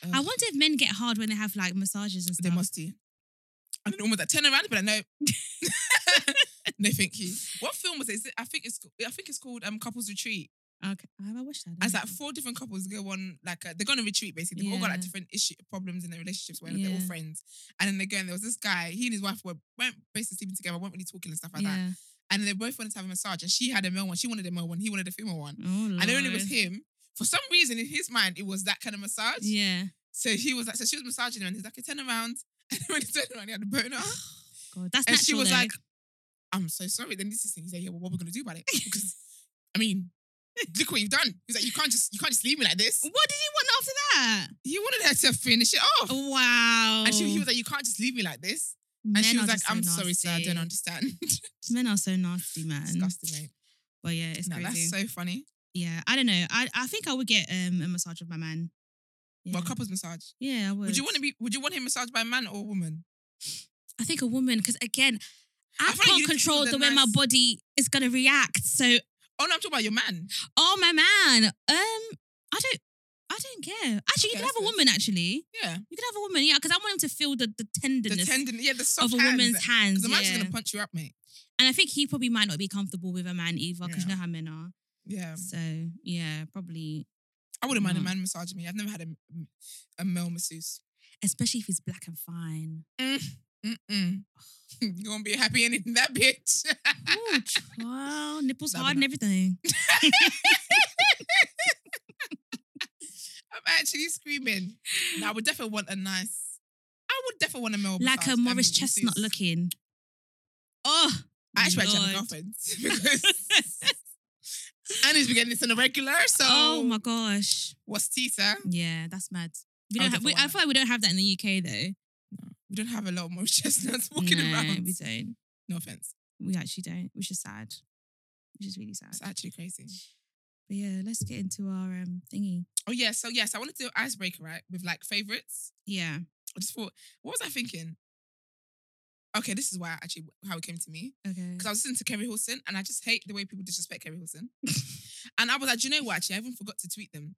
Speaker 4: Ugh.
Speaker 3: I wonder if men get hard when they have like massages and
Speaker 4: They
Speaker 3: stuff.
Speaker 4: must do. I don't know almost that turn around, but I know. no, thank you. What film was it? Is it- I think it's I think it's called um Couples Retreat.
Speaker 3: Okay. Have I watched that?
Speaker 4: And It's like four different couples go on like a, they go on a retreat basically. They've all got like
Speaker 3: Mm-hmm. Yeah.
Speaker 4: different issue problems in their relationships where they're all
Speaker 3: Yeah.
Speaker 4: friends. And then they go and there was this guy. He and his wife were weren't basically sleeping together, weren't really talking and stuff like that.
Speaker 3: yeah.
Speaker 4: And they both wanted to have a massage. And she had a male one. She wanted a male one. He wanted a female one.
Speaker 3: Oh, Lord.
Speaker 4: And then when it was him, for some reason in his mind it was that kind of massage.
Speaker 3: Yeah.
Speaker 4: So he was like, so she was massaging him, and he's like, turn around. And when he turned around, he had a boner.
Speaker 3: God, Oh, that's
Speaker 4: And
Speaker 3: natural.
Speaker 4: she was
Speaker 3: though.
Speaker 4: like, I'm so sorry. Then this is thing. He's like, yeah, well, what are we gonna do about it? Because I mean, look what you've done. He's like, you can't just you can't just leave me like this.
Speaker 3: "What did he want after that?"
Speaker 4: He wanted her to finish it off.
Speaker 3: Wow.
Speaker 4: And she, he was like, you can't just leave me like this. And
Speaker 3: Oh. Men
Speaker 4: she
Speaker 3: are
Speaker 4: was like,
Speaker 3: just so
Speaker 4: I'm sorry, sir, I don't
Speaker 3: nasty.
Speaker 4: understand.
Speaker 3: Men are so nasty, man.
Speaker 4: Disgusting, mate.
Speaker 3: But yeah, it's
Speaker 4: no,
Speaker 3: crazy.
Speaker 4: that's so funny.
Speaker 3: yeah, I don't know. I, I think I would get um, a massage with my man. Yeah.
Speaker 4: Well, couples massage.
Speaker 3: Yeah, I would.
Speaker 4: Would you want to be? Would you want him massaged by a man or a woman?
Speaker 3: I think a woman, because again, I,
Speaker 4: I feel like
Speaker 3: can't
Speaker 4: you just feel
Speaker 3: control
Speaker 4: the
Speaker 3: the way my
Speaker 4: nice-
Speaker 3: body is gonna react. So
Speaker 4: Oh no, I'm talking about your man.
Speaker 3: Oh my man. Um, I don't. I don't care. Actually, you could
Speaker 4: Okay,
Speaker 3: have a
Speaker 4: that's
Speaker 3: woman. Actually,
Speaker 4: Yeah,
Speaker 3: you could have a woman. Yeah, because I want him to feel the the
Speaker 4: the
Speaker 3: tenderness
Speaker 4: tendon. Yeah, the
Speaker 3: of
Speaker 4: soft
Speaker 3: a
Speaker 4: hands.
Speaker 3: woman's hands.
Speaker 4: Because the man's just
Speaker 3: yeah.
Speaker 4: gonna punch you up, mate.
Speaker 3: and I think he probably might not be comfortable with a man either, because you
Speaker 4: Yeah.
Speaker 3: know how men are.
Speaker 4: Yeah,
Speaker 3: So yeah, probably,
Speaker 4: I wouldn't mind a
Speaker 3: Mm.
Speaker 4: man massaging me. I've never had a, a male masseuse.
Speaker 3: especially if he's black and fine.
Speaker 4: Mm-mm. mm. you won't be happy ending in that bitch.
Speaker 3: Ooh, child, nipples
Speaker 4: That'd be
Speaker 3: hard and
Speaker 4: nice.
Speaker 3: everything.
Speaker 4: I'm actually screaming. No, I would definitely want a nice. I would definitely want a male
Speaker 3: like
Speaker 4: massage,
Speaker 3: a
Speaker 4: um,
Speaker 3: Morris Chestnut
Speaker 4: masseuse.
Speaker 3: looking. Oh,
Speaker 4: I actually actually have a
Speaker 3: Lord.
Speaker 4: girlfriend because Annie's been getting this on a regular. So
Speaker 3: oh my gosh.
Speaker 4: what's Tita?
Speaker 3: Yeah, that's mad. We
Speaker 4: I
Speaker 3: don't
Speaker 4: would
Speaker 3: have, we,
Speaker 4: definitely
Speaker 3: I
Speaker 4: want
Speaker 3: feel like we don't have that in the UK though.
Speaker 4: No. We don't have a lot of more chestnuts walking
Speaker 3: no,
Speaker 4: around.
Speaker 3: We don't.
Speaker 4: No offense.
Speaker 3: We actually don't, which is sad. Which is really sad.
Speaker 4: It's actually crazy.
Speaker 3: But yeah, let's get into our um thingy.
Speaker 4: Oh yeah. So yes, I wanted to do icebreaker right with like favorites.
Speaker 3: Yeah.
Speaker 4: I just thought, what was I thinking? Okay, this is why actually how it came to me.
Speaker 3: Okay.
Speaker 4: because I was listening to Kerry Hilson and I just hate the way people disrespect Kerry Hilson. and I was like, do you know what? Actually, I even forgot to tweet them.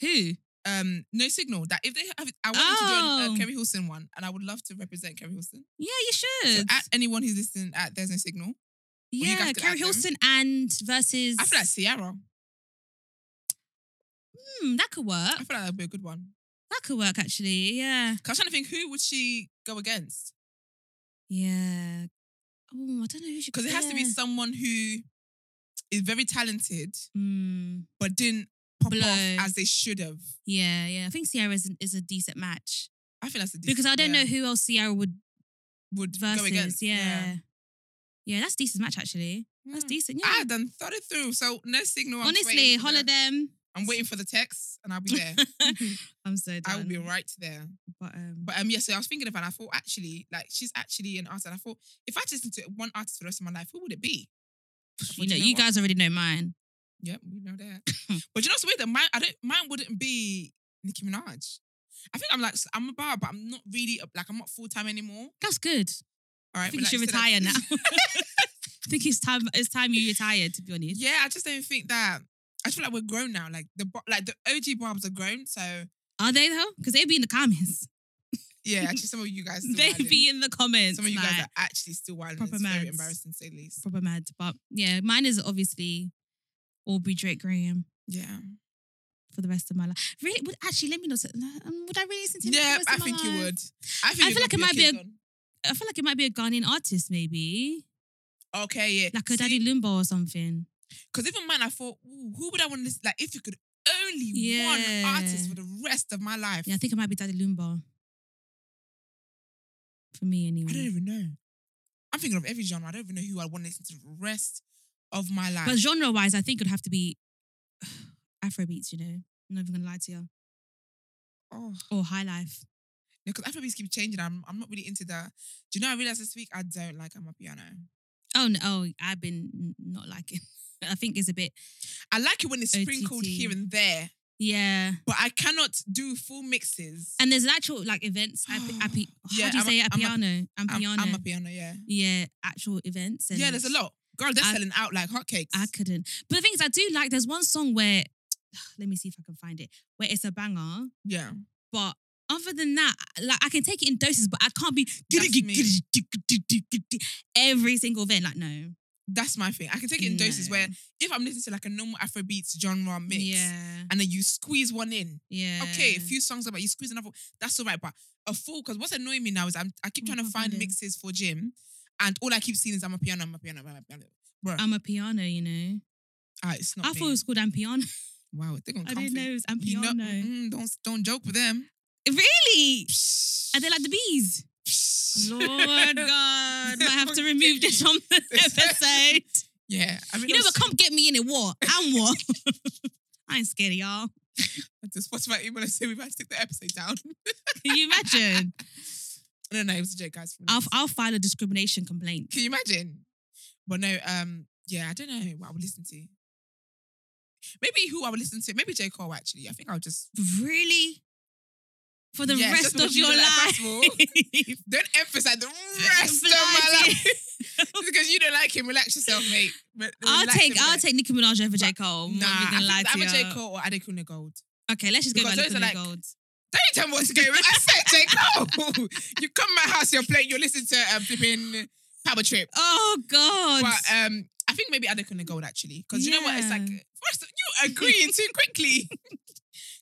Speaker 3: Who?
Speaker 4: Um, no signal that if they have, I want them to do
Speaker 3: Oh.
Speaker 4: a Kerry Hilson one, and I would love to represent Kerry Hilson.
Speaker 3: Yeah, you
Speaker 4: So
Speaker 3: should.
Speaker 4: at anyone who's listening, at there's no signal. you guys
Speaker 3: yeah,
Speaker 4: could
Speaker 3: Kerry
Speaker 4: add them.
Speaker 3: Hilson and versus.
Speaker 4: I feel like Ciara.
Speaker 3: Hmm, that could work.
Speaker 4: I feel like that'd be a good one.
Speaker 3: That could work actually. Yeah.
Speaker 4: 'Cause I was trying to think who would she go against
Speaker 3: Yeah. Oh, I don't know who should.
Speaker 4: because it has to be someone who is very talented
Speaker 3: Mm,
Speaker 4: but didn't pop
Speaker 3: Blow.
Speaker 4: off as they should have.
Speaker 3: yeah, yeah. I think Sierra is, is a decent match
Speaker 4: I feel that's a
Speaker 3: because I don't
Speaker 4: yeah,
Speaker 3: know who else Sierra would
Speaker 4: would
Speaker 3: versus.
Speaker 4: go against.
Speaker 3: yeah. yeah, that's decent match actually. That's
Speaker 4: Yeah.
Speaker 3: decent.
Speaker 4: Hmm. I
Speaker 3: Yeah.
Speaker 4: had done thought it through. So no signal. I'm just
Speaker 3: Honestly,
Speaker 4: waiting for
Speaker 3: holler
Speaker 4: the-
Speaker 3: them.
Speaker 4: I'm waiting for the text and I'll be there.
Speaker 3: I'm so done.
Speaker 4: I will be right there.
Speaker 3: But um,
Speaker 4: But um, yeah, so I was thinking of that. I thought actually, like, she's actually an artist. And I thought if I just listen to one artist for the rest of my life, who would it be? I thought,
Speaker 3: you know,
Speaker 4: "Do
Speaker 3: you
Speaker 4: what?
Speaker 3: guys already know mine.
Speaker 4: Yep, we know that. but you know what's weird? That mine, I don't. Mine wouldn't be Nicki Minaj. I think I'm like s- I'm a bar, but I'm not really a- like I'm not full time anymore.
Speaker 3: That's good.
Speaker 4: All right,
Speaker 3: I
Speaker 4: but,
Speaker 3: think you
Speaker 4: like,
Speaker 3: should
Speaker 4: instead of-
Speaker 3: retire now. I think it's time. It's time you retired. To be honest.
Speaker 4: yeah, I just don't think that. I just feel like we're grown now. Like the bar- like the OG barbs are grown. So
Speaker 3: Are they though? Because they'd be in the comments.
Speaker 4: yeah, actually, some of you guys still
Speaker 3: They'd
Speaker 4: wilding.
Speaker 3: be in the comments.
Speaker 4: Some of you guys
Speaker 3: like-
Speaker 4: are actually still wild.
Speaker 3: proper
Speaker 4: It's very
Speaker 3: mads.
Speaker 4: embarrassing, to say the least.
Speaker 3: proper mad. But yeah, mine is obviously Aubrey Drake Graham
Speaker 4: Yeah.
Speaker 3: for the rest of my life. Really? Would, actually, let me not. say- Um, would I really listen to him? for the
Speaker 4: Yeah,
Speaker 3: rest of
Speaker 4: I
Speaker 3: my
Speaker 4: think you
Speaker 3: life?
Speaker 4: would. I think,
Speaker 3: I
Speaker 4: you'd
Speaker 3: feel like
Speaker 4: put
Speaker 3: it
Speaker 4: your
Speaker 3: might be
Speaker 4: kids
Speaker 3: I feel like it might be a Ghanaian artist, maybe
Speaker 4: on. Okay, yeah.
Speaker 3: like a Daddy Lumbo or something.
Speaker 4: Because even mine, I thought, Ooh, who would I want to listen? Like, if you could only
Speaker 3: Yeah.
Speaker 4: one artist for the rest of my life.
Speaker 3: Yeah, I think it might be Daddy Lumbo. For me, anyway.
Speaker 4: I don't even know. I'm thinking of every genre. I don't even know who I want to listen to the rest of my life.
Speaker 3: But genre-wise, I think it would have to be Afrobeats. You know, I'm not even gonna lie to you.
Speaker 4: oh,
Speaker 3: Or High Life.
Speaker 4: because Afrobeats keep changing. I'm, I'm not really into that. Do you know? I realized this week I don't like I'm a piano.
Speaker 3: Oh no, oh, I've been n- not liking. I think it's a bit.
Speaker 4: I like it when it's sprinkled
Speaker 3: OTT.
Speaker 4: here and there,
Speaker 3: Yeah.
Speaker 4: but I cannot do full mixes.
Speaker 3: And there's an actual like events. At, at, pi- how
Speaker 4: Yeah,
Speaker 3: do you
Speaker 4: I'm a-
Speaker 3: say it? At
Speaker 4: I'm a-
Speaker 3: piano? I'm
Speaker 4: I'm,
Speaker 3: piano.
Speaker 4: I'm a piano. Yeah.
Speaker 3: yeah, actual events. And
Speaker 4: Yeah, there's a lot. Girl, they're
Speaker 3: I-
Speaker 4: selling out like hotcakes.
Speaker 3: I couldn't. But the thing is, I do like. There's one song where, let me see if I can find it. Where it's a banger,
Speaker 4: yeah.
Speaker 3: but other than that, like I can take it in doses, but I can't be
Speaker 4: me.
Speaker 3: every single event. Like no,
Speaker 4: That's my thing. I can take it in doses
Speaker 3: No.
Speaker 4: where if I'm listening to like a normal Afrobeats genre mix
Speaker 3: Yeah,
Speaker 4: and then you squeeze one in,
Speaker 3: yeah.
Speaker 4: okay, a few songs about you squeeze another, that's all right. But a full, because what's annoying me now is I'm, I keep
Speaker 3: Oh,
Speaker 4: trying to
Speaker 3: can't
Speaker 4: find
Speaker 3: find it.
Speaker 4: mixes for gym and all I keep seeing is I'm a piano, I'm a piano, I'm a piano. Bro,
Speaker 3: I'm a piano, you know.
Speaker 4: ah, it's not
Speaker 3: Um, I
Speaker 4: me.
Speaker 3: thought it was called Ampiano.
Speaker 4: wow, they're going
Speaker 3: I didn't know it was Ampiano.
Speaker 4: mm, don't, don't joke with them.
Speaker 3: Really? Are they like the bees? Lord God, I have to remove this from the episode.
Speaker 4: Yeah. I mean,
Speaker 3: You know,
Speaker 4: also-
Speaker 3: but come get me in a war. I'm war. I ain't scared of y'all.
Speaker 4: I just watched my email and said we've had to take the episode down.
Speaker 3: Can you imagine?
Speaker 4: no, no, it was a joke, guys.
Speaker 3: I'll, I'll file a discrimination complaint.
Speaker 4: Can you imagine? But no, um, yeah, I don't know what I would listen to. Maybe who I would listen to. Maybe J. Cole, actually. I think I'll just.
Speaker 3: Really? For the
Speaker 4: Yeah,
Speaker 3: rest
Speaker 4: it's just
Speaker 3: of
Speaker 4: because you
Speaker 3: your
Speaker 4: know that
Speaker 3: life.
Speaker 4: first of all. Don't emphasize the rest of my
Speaker 3: Bloody-
Speaker 4: life. because you don't like him. Relax yourself, mate. Re-
Speaker 3: I'll
Speaker 4: relax
Speaker 3: take
Speaker 4: him,
Speaker 3: I'll
Speaker 4: mate.
Speaker 3: take Nicki Minaj over J. Cole. I'm
Speaker 4: Nah,
Speaker 3: not
Speaker 4: I
Speaker 3: even gonna
Speaker 4: think
Speaker 3: lie to
Speaker 4: I'm a J.
Speaker 3: you.
Speaker 4: Cole or Adekunle Gold.
Speaker 3: Okay, let's just go
Speaker 4: Because
Speaker 3: back
Speaker 4: those
Speaker 3: to
Speaker 4: are
Speaker 3: like,
Speaker 4: like-
Speaker 3: Gold.
Speaker 4: Don't you tell me what to go with. I said J. Cole. you come to my house, you're playing, you listen to um, flipping Power Trip.
Speaker 3: Oh God.
Speaker 4: But um, I think maybe Ada couldn't go with actually, because you know what? It's like
Speaker 3: Yeah.
Speaker 4: first you agreeing too quickly.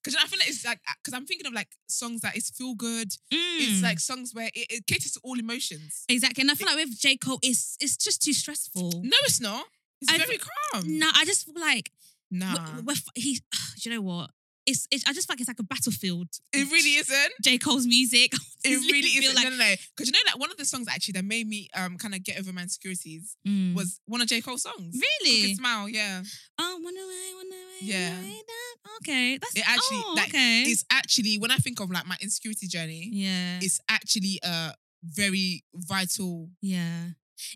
Speaker 4: Because I feel like it's like because I'm thinking of like songs that is feel good. It's
Speaker 3: Mm.
Speaker 4: like songs where it, it caters to all emotions.
Speaker 3: Exactly. And I feel like with J. Cole, it's it's just too stressful.
Speaker 4: No, it's not. It's
Speaker 3: I-
Speaker 4: very calm.
Speaker 3: No, I just feel like
Speaker 4: Nah.
Speaker 3: we're, we're f- he. Do you know what? it's, it's I just feel like it's like a battlefield.
Speaker 4: It really isn't.
Speaker 3: J Cole's music.
Speaker 4: It
Speaker 3: Just
Speaker 4: really
Speaker 3: feel
Speaker 4: isn't.
Speaker 3: like-
Speaker 4: no, no, no. Because you know that one of the songs actually that made me um kind of get over my insecurities
Speaker 3: Mm.
Speaker 4: was one of J Cole's songs. Crooked
Speaker 3: really.
Speaker 4: Smile, yeah.
Speaker 3: Oh, wonder why, wonder why,
Speaker 4: Yeah.
Speaker 3: wonder why that- Okay, that's
Speaker 4: It actually-
Speaker 3: oh,
Speaker 4: that
Speaker 3: okay.
Speaker 4: It's actually when I think of like my insecurity journey,
Speaker 3: yeah,
Speaker 4: it's actually a very vital.
Speaker 3: yeah.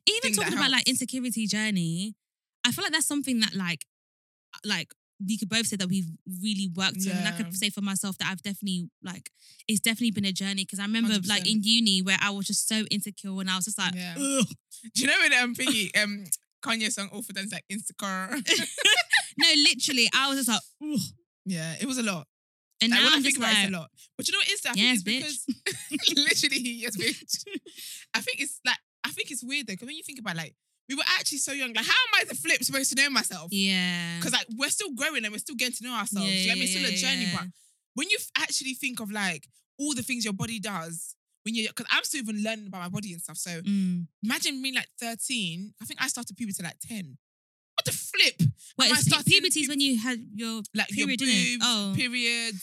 Speaker 3: Even
Speaker 4: thing that
Speaker 3: talking about like
Speaker 4: helps.
Speaker 3: insecurity journey, I feel like that's something that like, uh, like we could both say that we've really worked on. And I
Speaker 4: Yeah.
Speaker 3: could say for myself that I've definitely like it's definitely been a journey because I remember like in
Speaker 4: 100%.
Speaker 3: uni where I was just so insecure and I was just like,
Speaker 4: Yeah.
Speaker 3: Ugh.
Speaker 4: Do you know when um thingy um Kanye song all for dance like insecure?
Speaker 3: no, literally, I was just like, Ugh.
Speaker 4: yeah, it was a lot.
Speaker 3: and
Speaker 4: Like,
Speaker 3: now
Speaker 4: when
Speaker 3: I'm
Speaker 4: I
Speaker 3: just
Speaker 4: think about
Speaker 3: like,
Speaker 4: it, it's a lot. But you know what it is? I
Speaker 3: Yes,
Speaker 4: think it's because literally, yes, bitch. I think it's like I think it's weird though. Because when you think about like we were actually so young. Like, how am I the flip supposed to know myself?
Speaker 3: yeah,
Speaker 4: Because like we're still growing and we're still getting to know ourselves. Do you know what I mean? It's still a journey, but when you f- actually think of like all the things your body does when you because I'm still even learning about my body and stuff. So
Speaker 3: but mm.
Speaker 4: imagine me like 13. I think I started puberty like 10. What the flip?
Speaker 3: Wait,
Speaker 4: I
Speaker 3: it's pu-
Speaker 4: starting
Speaker 3: puberty is when you had your
Speaker 4: Like
Speaker 3: period,
Speaker 4: your
Speaker 3: innit?
Speaker 4: boobs,
Speaker 3: Oh.
Speaker 4: period,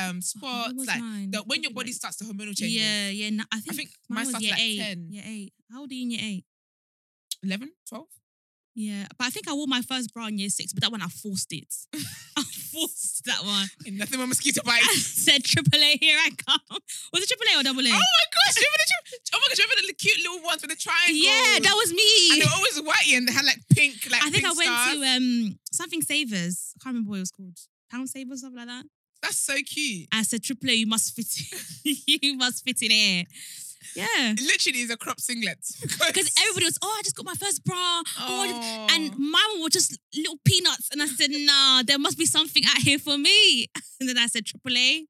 Speaker 4: um,
Speaker 3: Oh,
Speaker 4: spots,
Speaker 3: when was
Speaker 4: like
Speaker 3: mine?
Speaker 4: the, when your
Speaker 3: Probably
Speaker 4: body
Speaker 3: like-
Speaker 4: starts to hormonal changes.
Speaker 3: Yeah, yeah. No, I
Speaker 4: I
Speaker 3: think,
Speaker 4: think
Speaker 3: mine
Speaker 4: mine
Speaker 3: was
Speaker 4: started
Speaker 3: year
Speaker 4: like
Speaker 3: eight.
Speaker 4: 10.
Speaker 3: Year eight. How old are you in year eight?
Speaker 4: 11, 12.
Speaker 3: Yeah, but I think I wore my first bra in year six, but that one I forced it. I forced that one.
Speaker 4: Ain't nothing but mosquito
Speaker 3: I
Speaker 4: bites.
Speaker 3: said AAA, here I come. Was it AAA or double A?
Speaker 4: oh my gosh, do you remember the, tri- oh my gosh, do you remember the cute little ones with the triangle?
Speaker 3: yeah, that was
Speaker 4: And
Speaker 3: me.
Speaker 4: they were always white and they had like pink, like
Speaker 3: I think I
Speaker 4: pink
Speaker 3: went
Speaker 4: stars.
Speaker 3: to um something savers. I can't remember what it was called. Pound savers, something like that.
Speaker 4: That's so cute.
Speaker 3: I said AAA, you must fit. you must fit in here. Yeah.
Speaker 4: It literally is a crop singlet.
Speaker 3: Because everybody was, oh, I just got my first bra. Oh, I just-
Speaker 4: Oh.
Speaker 3: And my one was just little peanuts. And I said, nah, there must be something out here for me. And then I said, AAA,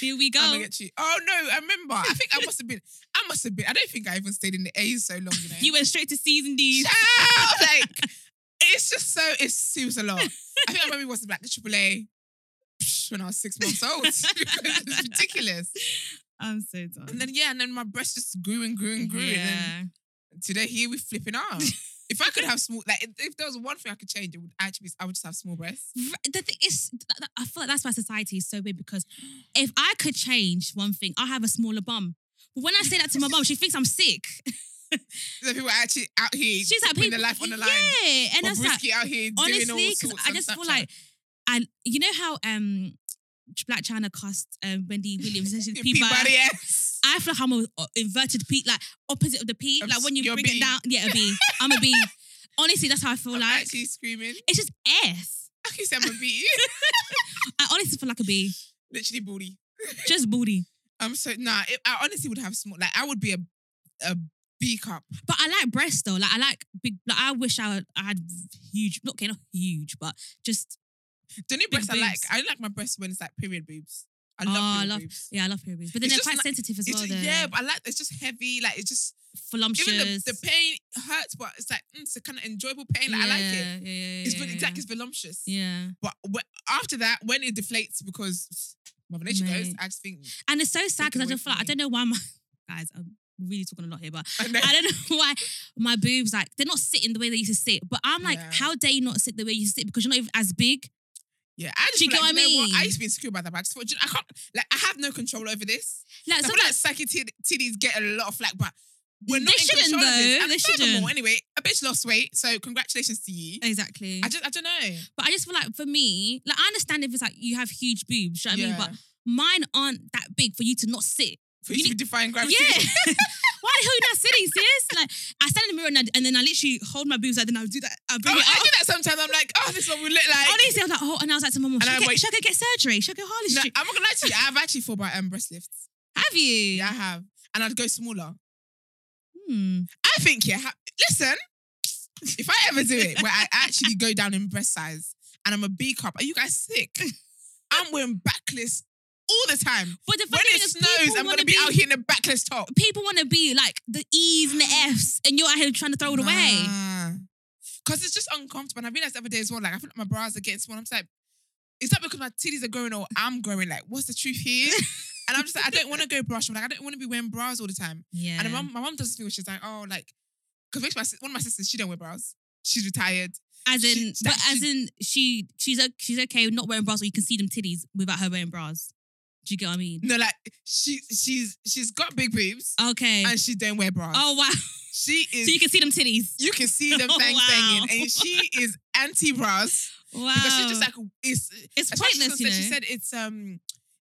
Speaker 3: here we
Speaker 4: I'm
Speaker 3: go.
Speaker 4: gonna get you. Oh no, I remember. I think I must have been. I must have been. I don't think I even stayed in the A's so long. You know.
Speaker 3: You went straight to C's and D's.
Speaker 4: Child, like it's just so. It's, it was a lot. I think I remember it was like the AAA psh, when I was six months old. it's ridiculous.
Speaker 3: I'm so done.
Speaker 4: And then yeah, and then my breasts just grew and grew and grew. And then today here we flipping out. If I could have small, like if, if there was one thing I could change, it would actually be I would just have small breasts.
Speaker 3: V- The thing is, th- th- I feel like that's why society is so weird because if I could change one thing, I'll have a smaller bum. But when I say that to my mum, she thinks I'm sick.
Speaker 4: So people are actually out here
Speaker 3: She's like,
Speaker 4: putting
Speaker 3: people,
Speaker 4: their life on the line.
Speaker 3: Yeah. And I was like,
Speaker 4: Bobrisky out here doing all
Speaker 3: honestly, because
Speaker 4: sorts
Speaker 3: I
Speaker 4: on
Speaker 3: just feel
Speaker 4: Snapchat.
Speaker 3: like, I, you know how um Black China cast um, Wendy Williams, essentially Peabody.
Speaker 4: yes.
Speaker 3: I feel like I'm a a inverted P, like opposite of the P.
Speaker 4: Of
Speaker 3: Like when you
Speaker 4: your
Speaker 3: bring
Speaker 4: B.
Speaker 3: it down, yeah, a B. I'm a B. Honestly, that's how I feel
Speaker 4: I'm
Speaker 3: like.
Speaker 4: actually screaming.
Speaker 3: It's just S.
Speaker 4: I can say I'm a B.
Speaker 3: I honestly feel like a B.
Speaker 4: Literally booty.
Speaker 3: Just booty.
Speaker 4: I'm so nah. It, I honestly would have small. Like I would be a a B cup.
Speaker 3: But I like breasts though. Like I like big. Like I wish I, I had huge. Not okay, not huge, but just
Speaker 4: The only breasts I like,
Speaker 3: boobs.
Speaker 4: I like my breasts when it's like period boobs. I
Speaker 3: Oh,
Speaker 4: love
Speaker 3: I
Speaker 4: period
Speaker 3: love-
Speaker 4: boobs.
Speaker 3: yeah, I love periods. But then
Speaker 4: It's
Speaker 3: they're
Speaker 4: just
Speaker 3: quite
Speaker 4: like-
Speaker 3: sensitive as
Speaker 4: It's
Speaker 3: well.
Speaker 4: just-
Speaker 3: They're
Speaker 4: yeah, but I like it's just heavy. Like it's just
Speaker 3: voluptuous.
Speaker 4: even the, the pain hurts, but it's like mm, it's a kind of enjoyable pain. Like I like it.
Speaker 3: Yeah, yeah,
Speaker 4: It's
Speaker 3: yeah,
Speaker 4: vol- it's
Speaker 3: yeah.
Speaker 4: like it's voluptuous.
Speaker 3: yeah.
Speaker 4: But wh- after that, when it deflates because mother nature goes,
Speaker 3: Mate.
Speaker 4: I just think.
Speaker 3: And it's so sad
Speaker 4: Take
Speaker 3: because I
Speaker 4: away
Speaker 3: just feel
Speaker 4: from
Speaker 3: like I
Speaker 4: me.
Speaker 3: don't know why my guys. I'm really talking a lot here, but
Speaker 4: And then,
Speaker 3: I don't know why my boobs like they're not sitting the way they used to sit. But I'm like,
Speaker 4: Yeah.
Speaker 3: how dare you not sit the way you sit because you're not even as big?
Speaker 4: yeah, I just
Speaker 3: Do you
Speaker 4: feel
Speaker 3: get
Speaker 4: like,
Speaker 3: what I
Speaker 4: know I
Speaker 3: mean?
Speaker 4: used to be insecure about that, but I just thought, you know, I can't. Like I have no control over this.
Speaker 3: Like,
Speaker 4: I
Speaker 3: so,
Speaker 4: feel like psyche t- titties get a lot of flack, but we're not
Speaker 3: They
Speaker 4: in
Speaker 3: shouldn't,
Speaker 4: control of this.
Speaker 3: though.
Speaker 4: And
Speaker 3: They
Speaker 4: furthermore,
Speaker 3: shouldn't.
Speaker 4: Anyway, a bitch lost weight, so congratulations to you.
Speaker 3: exactly.
Speaker 4: I just, I don't know.
Speaker 3: but I just feel like for me, like I understand if it's like you have huge boobs, do you know what I mean? But mine aren't that big for you to not sit.
Speaker 4: for you,
Speaker 3: you
Speaker 4: to be defying gravity.
Speaker 3: Yeah. Why the hell you not sitting, sis? Like I stand in the mirror and, I, and then I literally hold my boobs out, then I'll do that. I'll
Speaker 4: Oh,
Speaker 3: bring it
Speaker 4: I
Speaker 3: up.
Speaker 4: do that sometimes. I'm like, oh, this is what we look like.
Speaker 3: Honestly, I was like, oh, and I was like to my mom,
Speaker 4: And
Speaker 3: should I,
Speaker 4: I
Speaker 3: get,
Speaker 4: wait-
Speaker 3: should I go get surgery? Should I get Harley
Speaker 4: No,
Speaker 3: Street?
Speaker 4: I'm not gonna lie to you. I've actually thought about um, breast lifts.
Speaker 3: Have you?
Speaker 4: Yeah, I have, and I'd go smaller.
Speaker 3: Hmm.
Speaker 4: I think yeah. Ha- listen, if I ever do it where I actually go down in breast size and I'm a B cup, are you guys sick? I'm wearing backless all the time.
Speaker 3: But the
Speaker 4: When
Speaker 3: funny
Speaker 4: it
Speaker 3: thing is,
Speaker 4: snows,
Speaker 3: people
Speaker 4: I'm
Speaker 3: want to
Speaker 4: gonna be out here in a backless top.
Speaker 3: people want to be like the E's and the F's, and you're out here trying to throw it away.
Speaker 4: Because it's just uncomfortable. And I realized the other day as well, like, I feel like my bras are getting small. I'm just like, it's not because my titties are growing or I'm growing. Like, what's the truth here? and I'm just like, I don't want to go bra shopping. Like, I don't want to be wearing bras all the time.
Speaker 3: Yeah.
Speaker 4: And my mom, my mom does this thing where she's like, oh, like, because one of my sisters, she don't wear bras. She's retired.
Speaker 3: As in,
Speaker 4: She-
Speaker 3: but
Speaker 4: that
Speaker 3: as
Speaker 4: she-
Speaker 3: in, she she's o- she's okay with not wearing bras, or you can see them titties without her wearing bras. Do you get what I mean?
Speaker 4: No, like she she's she's got big boobs
Speaker 3: Okay.
Speaker 4: and she don't wear bras.
Speaker 3: Oh wow!
Speaker 4: She is
Speaker 3: So you can see them titties.
Speaker 4: you can see them
Speaker 3: Oh,
Speaker 4: things
Speaker 3: wow.
Speaker 4: banging, and she is anti bras
Speaker 3: Wow.
Speaker 4: because she's just like it's
Speaker 3: it's
Speaker 4: as much as
Speaker 3: pointless,
Speaker 4: she
Speaker 3: you know.
Speaker 4: said- She said it's um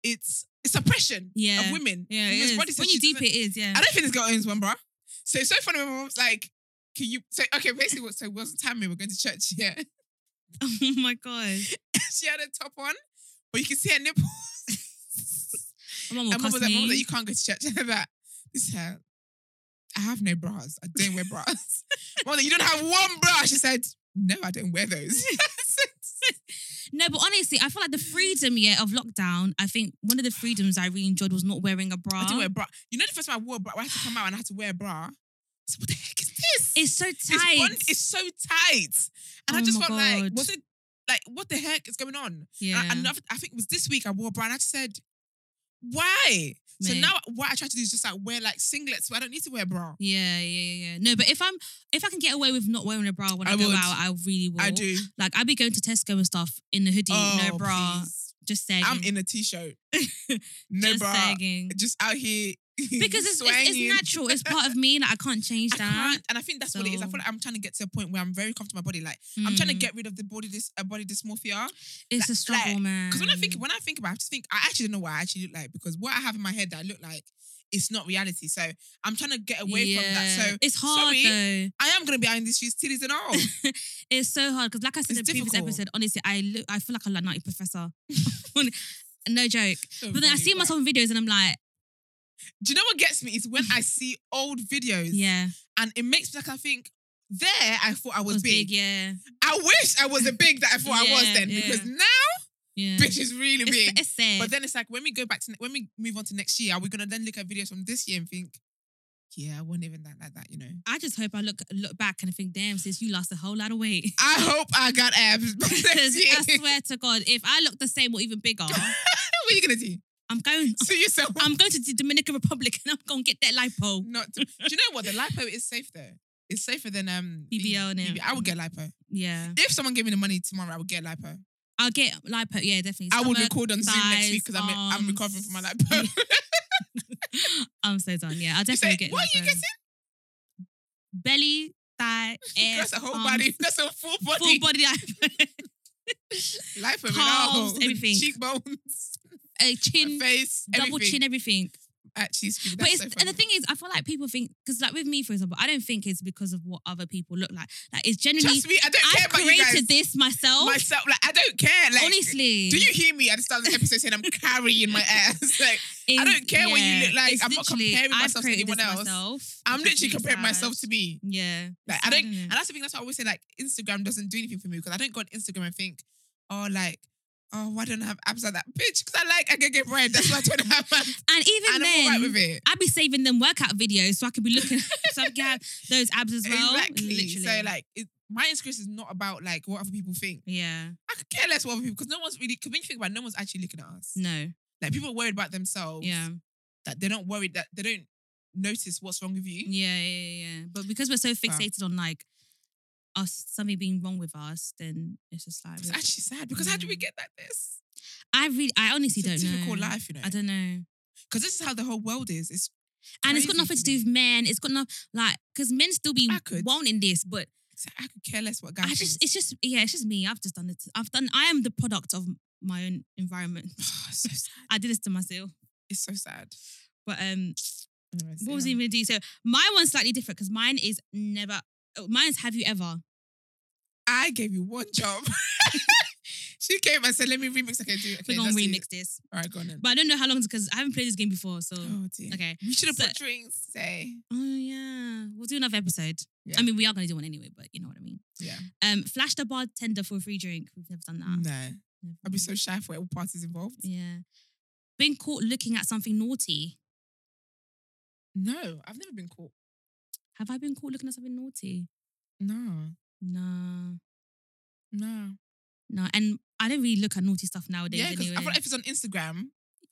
Speaker 4: it's it's oppression
Speaker 3: Yeah.
Speaker 4: of women.
Speaker 3: yeah, it
Speaker 4: Women's
Speaker 3: is.
Speaker 4: bodies, so
Speaker 3: when you
Speaker 4: she
Speaker 3: deep
Speaker 4: doesn't-
Speaker 3: it is. Yeah.
Speaker 4: I don't think this girl owns one bra. So it's so funny when my mom's like, can you so okay, basically what so it wasn't time we were going to church, yeah.
Speaker 3: Oh my god.
Speaker 4: she had a top on, but you can see her nipples.
Speaker 3: My mum will
Speaker 4: and
Speaker 3: cuss
Speaker 4: mom was like, mom was
Speaker 3: me.
Speaker 4: like, you can't go to church. And I'm like, this hair, I have no bras. I don't wear bras. mom was like, you don't have one bra. She said, no, I don't wear those.
Speaker 3: No, but honestly, I feel like the freedom yeah of lockdown. I think one of the freedoms I really enjoyed was not wearing a bra.
Speaker 4: I didn't wear a bra. You know the first time I wore a bra, I had to come out and I had to wear a bra. I said, what the heck is this?
Speaker 3: it's so
Speaker 4: It's
Speaker 3: tight.
Speaker 4: bond- it's so tight. And I
Speaker 3: Oh
Speaker 4: just
Speaker 3: my
Speaker 4: felt like,
Speaker 3: God.
Speaker 4: was it like, what the heck is going on?
Speaker 3: yeah.
Speaker 4: And I- another, I think it was this week I wore a bra and I just said, why? So
Speaker 3: Mate.
Speaker 4: now what I try to do is just like wear like singlets, but I don't need to wear a bra.
Speaker 3: yeah, yeah, yeah, yeah. No, but if I'm if I can get away with not wearing a bra when I,
Speaker 4: I
Speaker 3: go
Speaker 4: would.
Speaker 3: out, I really will.
Speaker 4: I do.
Speaker 3: Like I'd be going to Tesco and stuff in the hoodie,
Speaker 4: Oh,
Speaker 3: no bra,
Speaker 4: please.
Speaker 3: just saying.
Speaker 4: I'm in a t-shirt. No
Speaker 3: just
Speaker 4: bra.
Speaker 3: sagging.
Speaker 4: Just out here.
Speaker 3: Because it's, it's,
Speaker 4: swanging.
Speaker 3: it's natural. It's part of me. Like I can't change
Speaker 4: I
Speaker 3: that.
Speaker 4: can't, and I think that's what it is. I
Speaker 3: So-
Speaker 4: feel like I'm trying to get to a point where I'm very comfortable in my body. Like I'm trying to
Speaker 3: Mm.
Speaker 4: get rid of the body this uh, body dysmorphia.
Speaker 3: It's
Speaker 4: like-
Speaker 3: a struggle,
Speaker 4: like-
Speaker 3: man.
Speaker 4: Because when I think when I think about, it, I just think I actually don't know what I actually look like because what I have in my head that I look like it's not reality. So I'm trying to get away from that.
Speaker 3: Yeah.
Speaker 4: So
Speaker 3: it's hard
Speaker 4: sorry.
Speaker 3: though.
Speaker 4: I am gonna be out in these streets, titties and all.
Speaker 3: It's so hard because, like I said in
Speaker 4: It's
Speaker 3: the previous
Speaker 4: difficult.
Speaker 3: episode, honestly, I look, I feel like I'm like Naughty Professor. no joke. But then I see myself in videos and I'm like,
Speaker 4: Do you know what gets me is when I see old videos,
Speaker 3: yeah,
Speaker 4: and it makes me like I think there I thought I
Speaker 3: it
Speaker 4: was,
Speaker 3: was
Speaker 4: big.
Speaker 3: big, yeah,
Speaker 4: I wish I was the big that I thought I was
Speaker 3: Yeah,
Speaker 4: then
Speaker 3: yeah.
Speaker 4: because now
Speaker 3: yeah.
Speaker 4: bitch is really
Speaker 3: it's,
Speaker 4: big.
Speaker 3: it's sad.
Speaker 4: But then it's like when we go back to when we move on to next year, are we gonna then look at videos from this year and think, yeah, I wasn't even that like that, you know?
Speaker 3: I just hope I look look back and think, damn, sis, you lost a whole lot of weight.
Speaker 4: I hope I got abs. by
Speaker 3: Because
Speaker 4: next year.
Speaker 3: I swear to God, if I look the same or even bigger,
Speaker 4: what are you gonna do?
Speaker 3: I'm going.
Speaker 4: See yourself.
Speaker 3: I'm going to the Dominican Republic and I'm going to get that lipo.
Speaker 4: Not. To, do you know what? The lipo is safe though. It's safer than um
Speaker 3: BBL now.
Speaker 4: I would get lipo
Speaker 3: Yeah,
Speaker 4: if someone gave me the money tomorrow. I would get lipo.
Speaker 3: I'll get lipo. Yeah, definitely.
Speaker 4: I would
Speaker 3: Stomach,
Speaker 4: record on Zoom next
Speaker 3: thighs,
Speaker 4: week because I'm I'm
Speaker 3: arms.
Speaker 4: recovering from my lipo.
Speaker 3: I'm so done. Yeah, I'll
Speaker 4: You
Speaker 3: definitely
Speaker 4: say,
Speaker 3: get.
Speaker 4: what are you
Speaker 3: lipo.
Speaker 4: getting?
Speaker 3: Belly, thigh, ass,
Speaker 4: That's a whole
Speaker 3: arms,
Speaker 4: body. That's a full body.
Speaker 3: full body lipo,
Speaker 4: Lipo, and
Speaker 3: Palms,
Speaker 4: all.
Speaker 3: everything.
Speaker 4: cheekbones,
Speaker 3: a chin,
Speaker 4: face,
Speaker 3: double
Speaker 4: everything.
Speaker 3: chin, everything.
Speaker 4: Actually, speaking,
Speaker 3: but
Speaker 4: that's
Speaker 3: it's
Speaker 4: so
Speaker 3: and the thing
Speaker 4: funny.
Speaker 3: is, I feel like people think because, like with me, for example, I don't think it's because of what other people look like. Like it's generally
Speaker 4: Trust me, I don't care
Speaker 3: I've
Speaker 4: about you guys.
Speaker 3: created this myself.
Speaker 4: Myself, like I don't care. Like,
Speaker 3: honestly,
Speaker 4: do you hear me at the start of the episode saying I'm carrying my ass? Like
Speaker 3: It's-
Speaker 4: don't care what you look like.
Speaker 3: it's
Speaker 4: I'm not
Speaker 3: literally,
Speaker 4: comparing
Speaker 3: I've
Speaker 4: myself to
Speaker 3: created
Speaker 4: anyone
Speaker 3: this
Speaker 4: else.
Speaker 3: myself,
Speaker 4: I'm
Speaker 3: which is
Speaker 4: literally
Speaker 3: really
Speaker 4: comparing
Speaker 3: sad. Mm-hmm.
Speaker 4: myself to me.
Speaker 3: Yeah,
Speaker 4: Like
Speaker 3: It's
Speaker 4: I
Speaker 3: sad,
Speaker 4: don't,
Speaker 3: isn't
Speaker 4: and
Speaker 3: it?
Speaker 4: that's the thing. That's why I always say like Instagram doesn't do anything for me because I don't go on Instagram and think, oh, like, oh, why don't I have abs like that, bitch? Because I like I can get bread. That's why I don't have abs.
Speaker 3: and even
Speaker 4: And I'm
Speaker 3: then,
Speaker 4: alright with it.
Speaker 3: I'd be saving them workout videos so I could be looking so I could have those abs as well.
Speaker 4: exactly.
Speaker 3: Literally.
Speaker 4: So like, it, my Instagram is not about like what other people think.
Speaker 3: yeah,
Speaker 4: I could care less what other people because no one's really. Because when you think about, it, no one's actually looking at us.
Speaker 3: no,
Speaker 4: Like people are worried about themselves.
Speaker 3: yeah,
Speaker 4: That they're not worried that they don't notice what's wrong with you.
Speaker 3: yeah, yeah, yeah. yeah. But because we're so fixated on like us something being wrong with us, then it's just like
Speaker 4: It's actually sad because how do we get like this?
Speaker 3: I really, I honestly
Speaker 4: It's a
Speaker 3: don't know.
Speaker 4: difficult life, you know.
Speaker 3: I don't know.
Speaker 4: Because this is how the whole world is. It's
Speaker 3: And it's got
Speaker 4: Crazy
Speaker 3: nothing
Speaker 4: to
Speaker 3: to do
Speaker 4: me.
Speaker 3: with men. It's got no like because men still be
Speaker 4: I could.
Speaker 3: wanting this, but
Speaker 4: it's like, I could care less what guys.
Speaker 3: I just it's just yeah, it's just me. I've just done it. I've done. I am the product of my own environment.
Speaker 4: Oh, so sad.
Speaker 3: I did this to myself.
Speaker 4: It's so sad.
Speaker 3: But um,
Speaker 4: Anyways,
Speaker 3: what was
Speaker 4: yeah.
Speaker 3: he gonna do? So my one's slightly different because mine is never. oh, Mine's have you ever?
Speaker 4: I gave you one job. she came and said, "Let me remix." Okay, do okay.
Speaker 3: We're gonna
Speaker 4: that's it.
Speaker 3: remix this,
Speaker 4: All right, go on then.
Speaker 3: but I don't know how long because I haven't played this game before. So
Speaker 4: oh dear.
Speaker 3: okay,
Speaker 4: You should have
Speaker 3: So-
Speaker 4: put drinks today.
Speaker 3: oh yeah, we'll do another episode.
Speaker 4: Yeah.
Speaker 3: I mean, we are gonna do one anyway, but you know what I mean.
Speaker 4: Yeah.
Speaker 3: Um, flash the bartender for a free drink. We've never done that.
Speaker 4: No, I'd be so shy for all parties involved.
Speaker 3: Yeah. Been caught looking at something naughty.
Speaker 4: No, I've never been caught.
Speaker 3: Have I been caught looking at something naughty?
Speaker 4: No,
Speaker 3: Nah.
Speaker 4: no.
Speaker 3: No, and I don't really look at naughty stuff nowadays.
Speaker 4: Yeah, because
Speaker 3: anyway.
Speaker 4: I thought if it's on Instagram,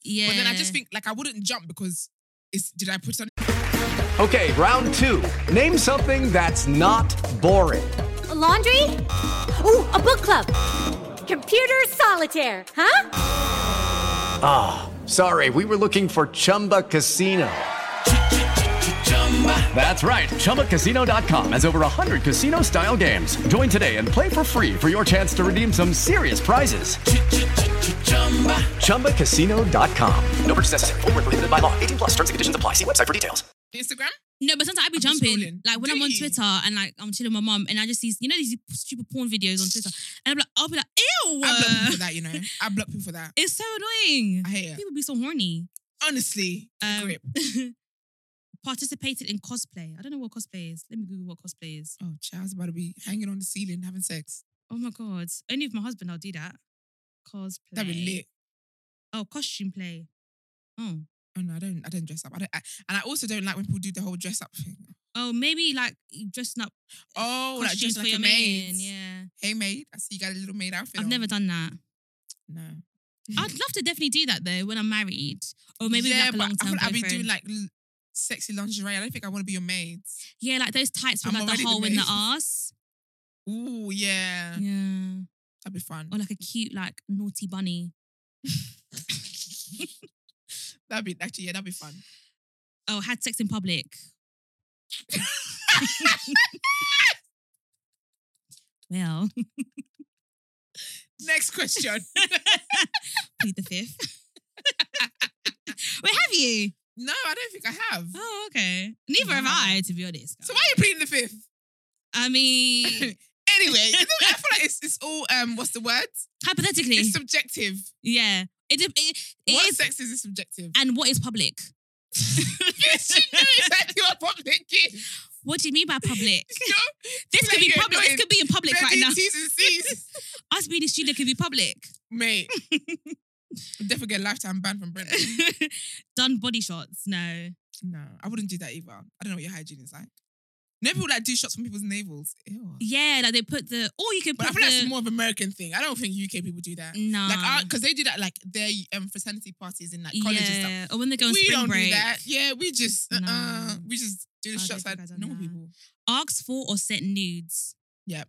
Speaker 3: yeah.
Speaker 4: but then I just think like I wouldn't jump because it's did I put it on?
Speaker 5: Okay, round two. Name something that's not boring.
Speaker 6: A
Speaker 5: laundry? Ooh, a book club. Computer solitaire, huh?
Speaker 6: Sorry, we were looking for Chumba Casino. That's right. ChumbaCasino.com has over 100 casino style games. Join today and play for free for your chance to redeem some serious prizes. ChumbaCasino.com. No purchase necessary. Void where prohibited by law.
Speaker 2: 18 plus terms and conditions apply. See website for details.
Speaker 4: Instagram?
Speaker 3: No, but sometimes I be
Speaker 4: I'm just
Speaker 3: jumping.
Speaker 4: scrolling.
Speaker 3: Like when
Speaker 4: Do
Speaker 3: I'm on
Speaker 4: you?
Speaker 3: Twitter and like I'm chilling with my mum and I just see, you know, these stupid porn videos on Twitter. And I'm like, I'll be like, ew.
Speaker 4: I block people for that, you know. I block people for that.
Speaker 3: Uh, It's so annoying.
Speaker 4: I hate it.
Speaker 3: People be so horny.
Speaker 4: Honestly,
Speaker 3: Um,
Speaker 4: grip.
Speaker 3: participated in cosplay. I don't know what cosplay is. Let me Google what cosplay is.
Speaker 4: Oh, child's about to be hanging on the ceiling having sex.
Speaker 3: Oh my God. Only with my husband I'll do that. Cosplay.
Speaker 4: That'd be lit.
Speaker 3: Oh, costume play. Oh.
Speaker 4: Oh no, I don't. I don't dress up. I don't. I, and I also don't like when people do the whole dress up thing.
Speaker 3: Oh, maybe like dressing up
Speaker 4: Oh, like
Speaker 3: costumes
Speaker 4: dress
Speaker 3: for
Speaker 4: like
Speaker 3: your
Speaker 4: a
Speaker 3: man.
Speaker 4: maid.
Speaker 3: Yeah.
Speaker 4: Hey maid, I see you got a little maid outfit.
Speaker 3: I've
Speaker 4: on.
Speaker 3: never done that.
Speaker 4: No.
Speaker 3: I'd love to definitely do that though when I'm married. Or maybe
Speaker 4: yeah,
Speaker 3: like a
Speaker 4: but I
Speaker 3: long
Speaker 4: feel
Speaker 3: term
Speaker 4: like I'll be doing
Speaker 3: boyfriend.
Speaker 4: like l- sexy lingerie. I don't think I want to be your maid.
Speaker 3: Yeah, like those tights with
Speaker 4: I'm
Speaker 3: like the
Speaker 4: already the
Speaker 3: hole in the
Speaker 4: maid.
Speaker 3: ass.
Speaker 4: Ooh, yeah,
Speaker 3: Yeah.
Speaker 4: that'd be fun.
Speaker 3: Or like a cute, like naughty bunny.
Speaker 4: That'd be actually yeah, that'd be fun.
Speaker 3: Oh, had sex in public. well,
Speaker 4: Next question.
Speaker 3: plead the fifth. Wait, have you?
Speaker 4: no, I don't think I have.
Speaker 3: Oh, okay. Neither have
Speaker 4: No, I
Speaker 3: I, to be honest.
Speaker 4: So why are you pleading the fifth?
Speaker 3: I mean,
Speaker 4: Anyway, you know, I feel like it's, it's all um, what's the word?
Speaker 3: hypothetically,
Speaker 4: It's subjective.
Speaker 3: yeah. It, it, it,
Speaker 4: what
Speaker 3: it is,
Speaker 4: sex is is subjective?
Speaker 3: and what is public?
Speaker 4: yes, you know exactly what public is.
Speaker 3: What do you mean by public?
Speaker 4: You know,
Speaker 3: This could
Speaker 4: Like
Speaker 3: be
Speaker 4: you're
Speaker 3: public. This
Speaker 4: annoying.
Speaker 3: could be in public
Speaker 4: Bloody
Speaker 3: right now.
Speaker 4: T's and C's.
Speaker 3: Us being in studio could be public.
Speaker 4: Mate. Definitely get a lifetime ban from Brent.
Speaker 3: Done body shots. No.
Speaker 4: No, I wouldn't do that either. I don't know what your hygiene is like. No people like do shots from people's navels. Ew.
Speaker 3: Yeah, like they put the. Or you could
Speaker 4: But I
Speaker 3: put
Speaker 4: feel like
Speaker 3: the.
Speaker 4: it's more of an American thing. I don't think UK people do that.
Speaker 3: Mm. nah.
Speaker 4: Like, because they do that like their um, fraternity parties in like college and stuff.
Speaker 3: Or when they go on
Speaker 4: we
Speaker 3: spring
Speaker 4: don't
Speaker 3: break. Oh,
Speaker 4: do that. Yeah, we just uh, uh
Speaker 3: Nah.
Speaker 4: we just do the
Speaker 3: I
Speaker 4: shots
Speaker 3: don't
Speaker 4: like
Speaker 3: think I've done
Speaker 4: normal
Speaker 3: that.
Speaker 4: people.
Speaker 3: Ask for or sent nudes.
Speaker 4: Yep.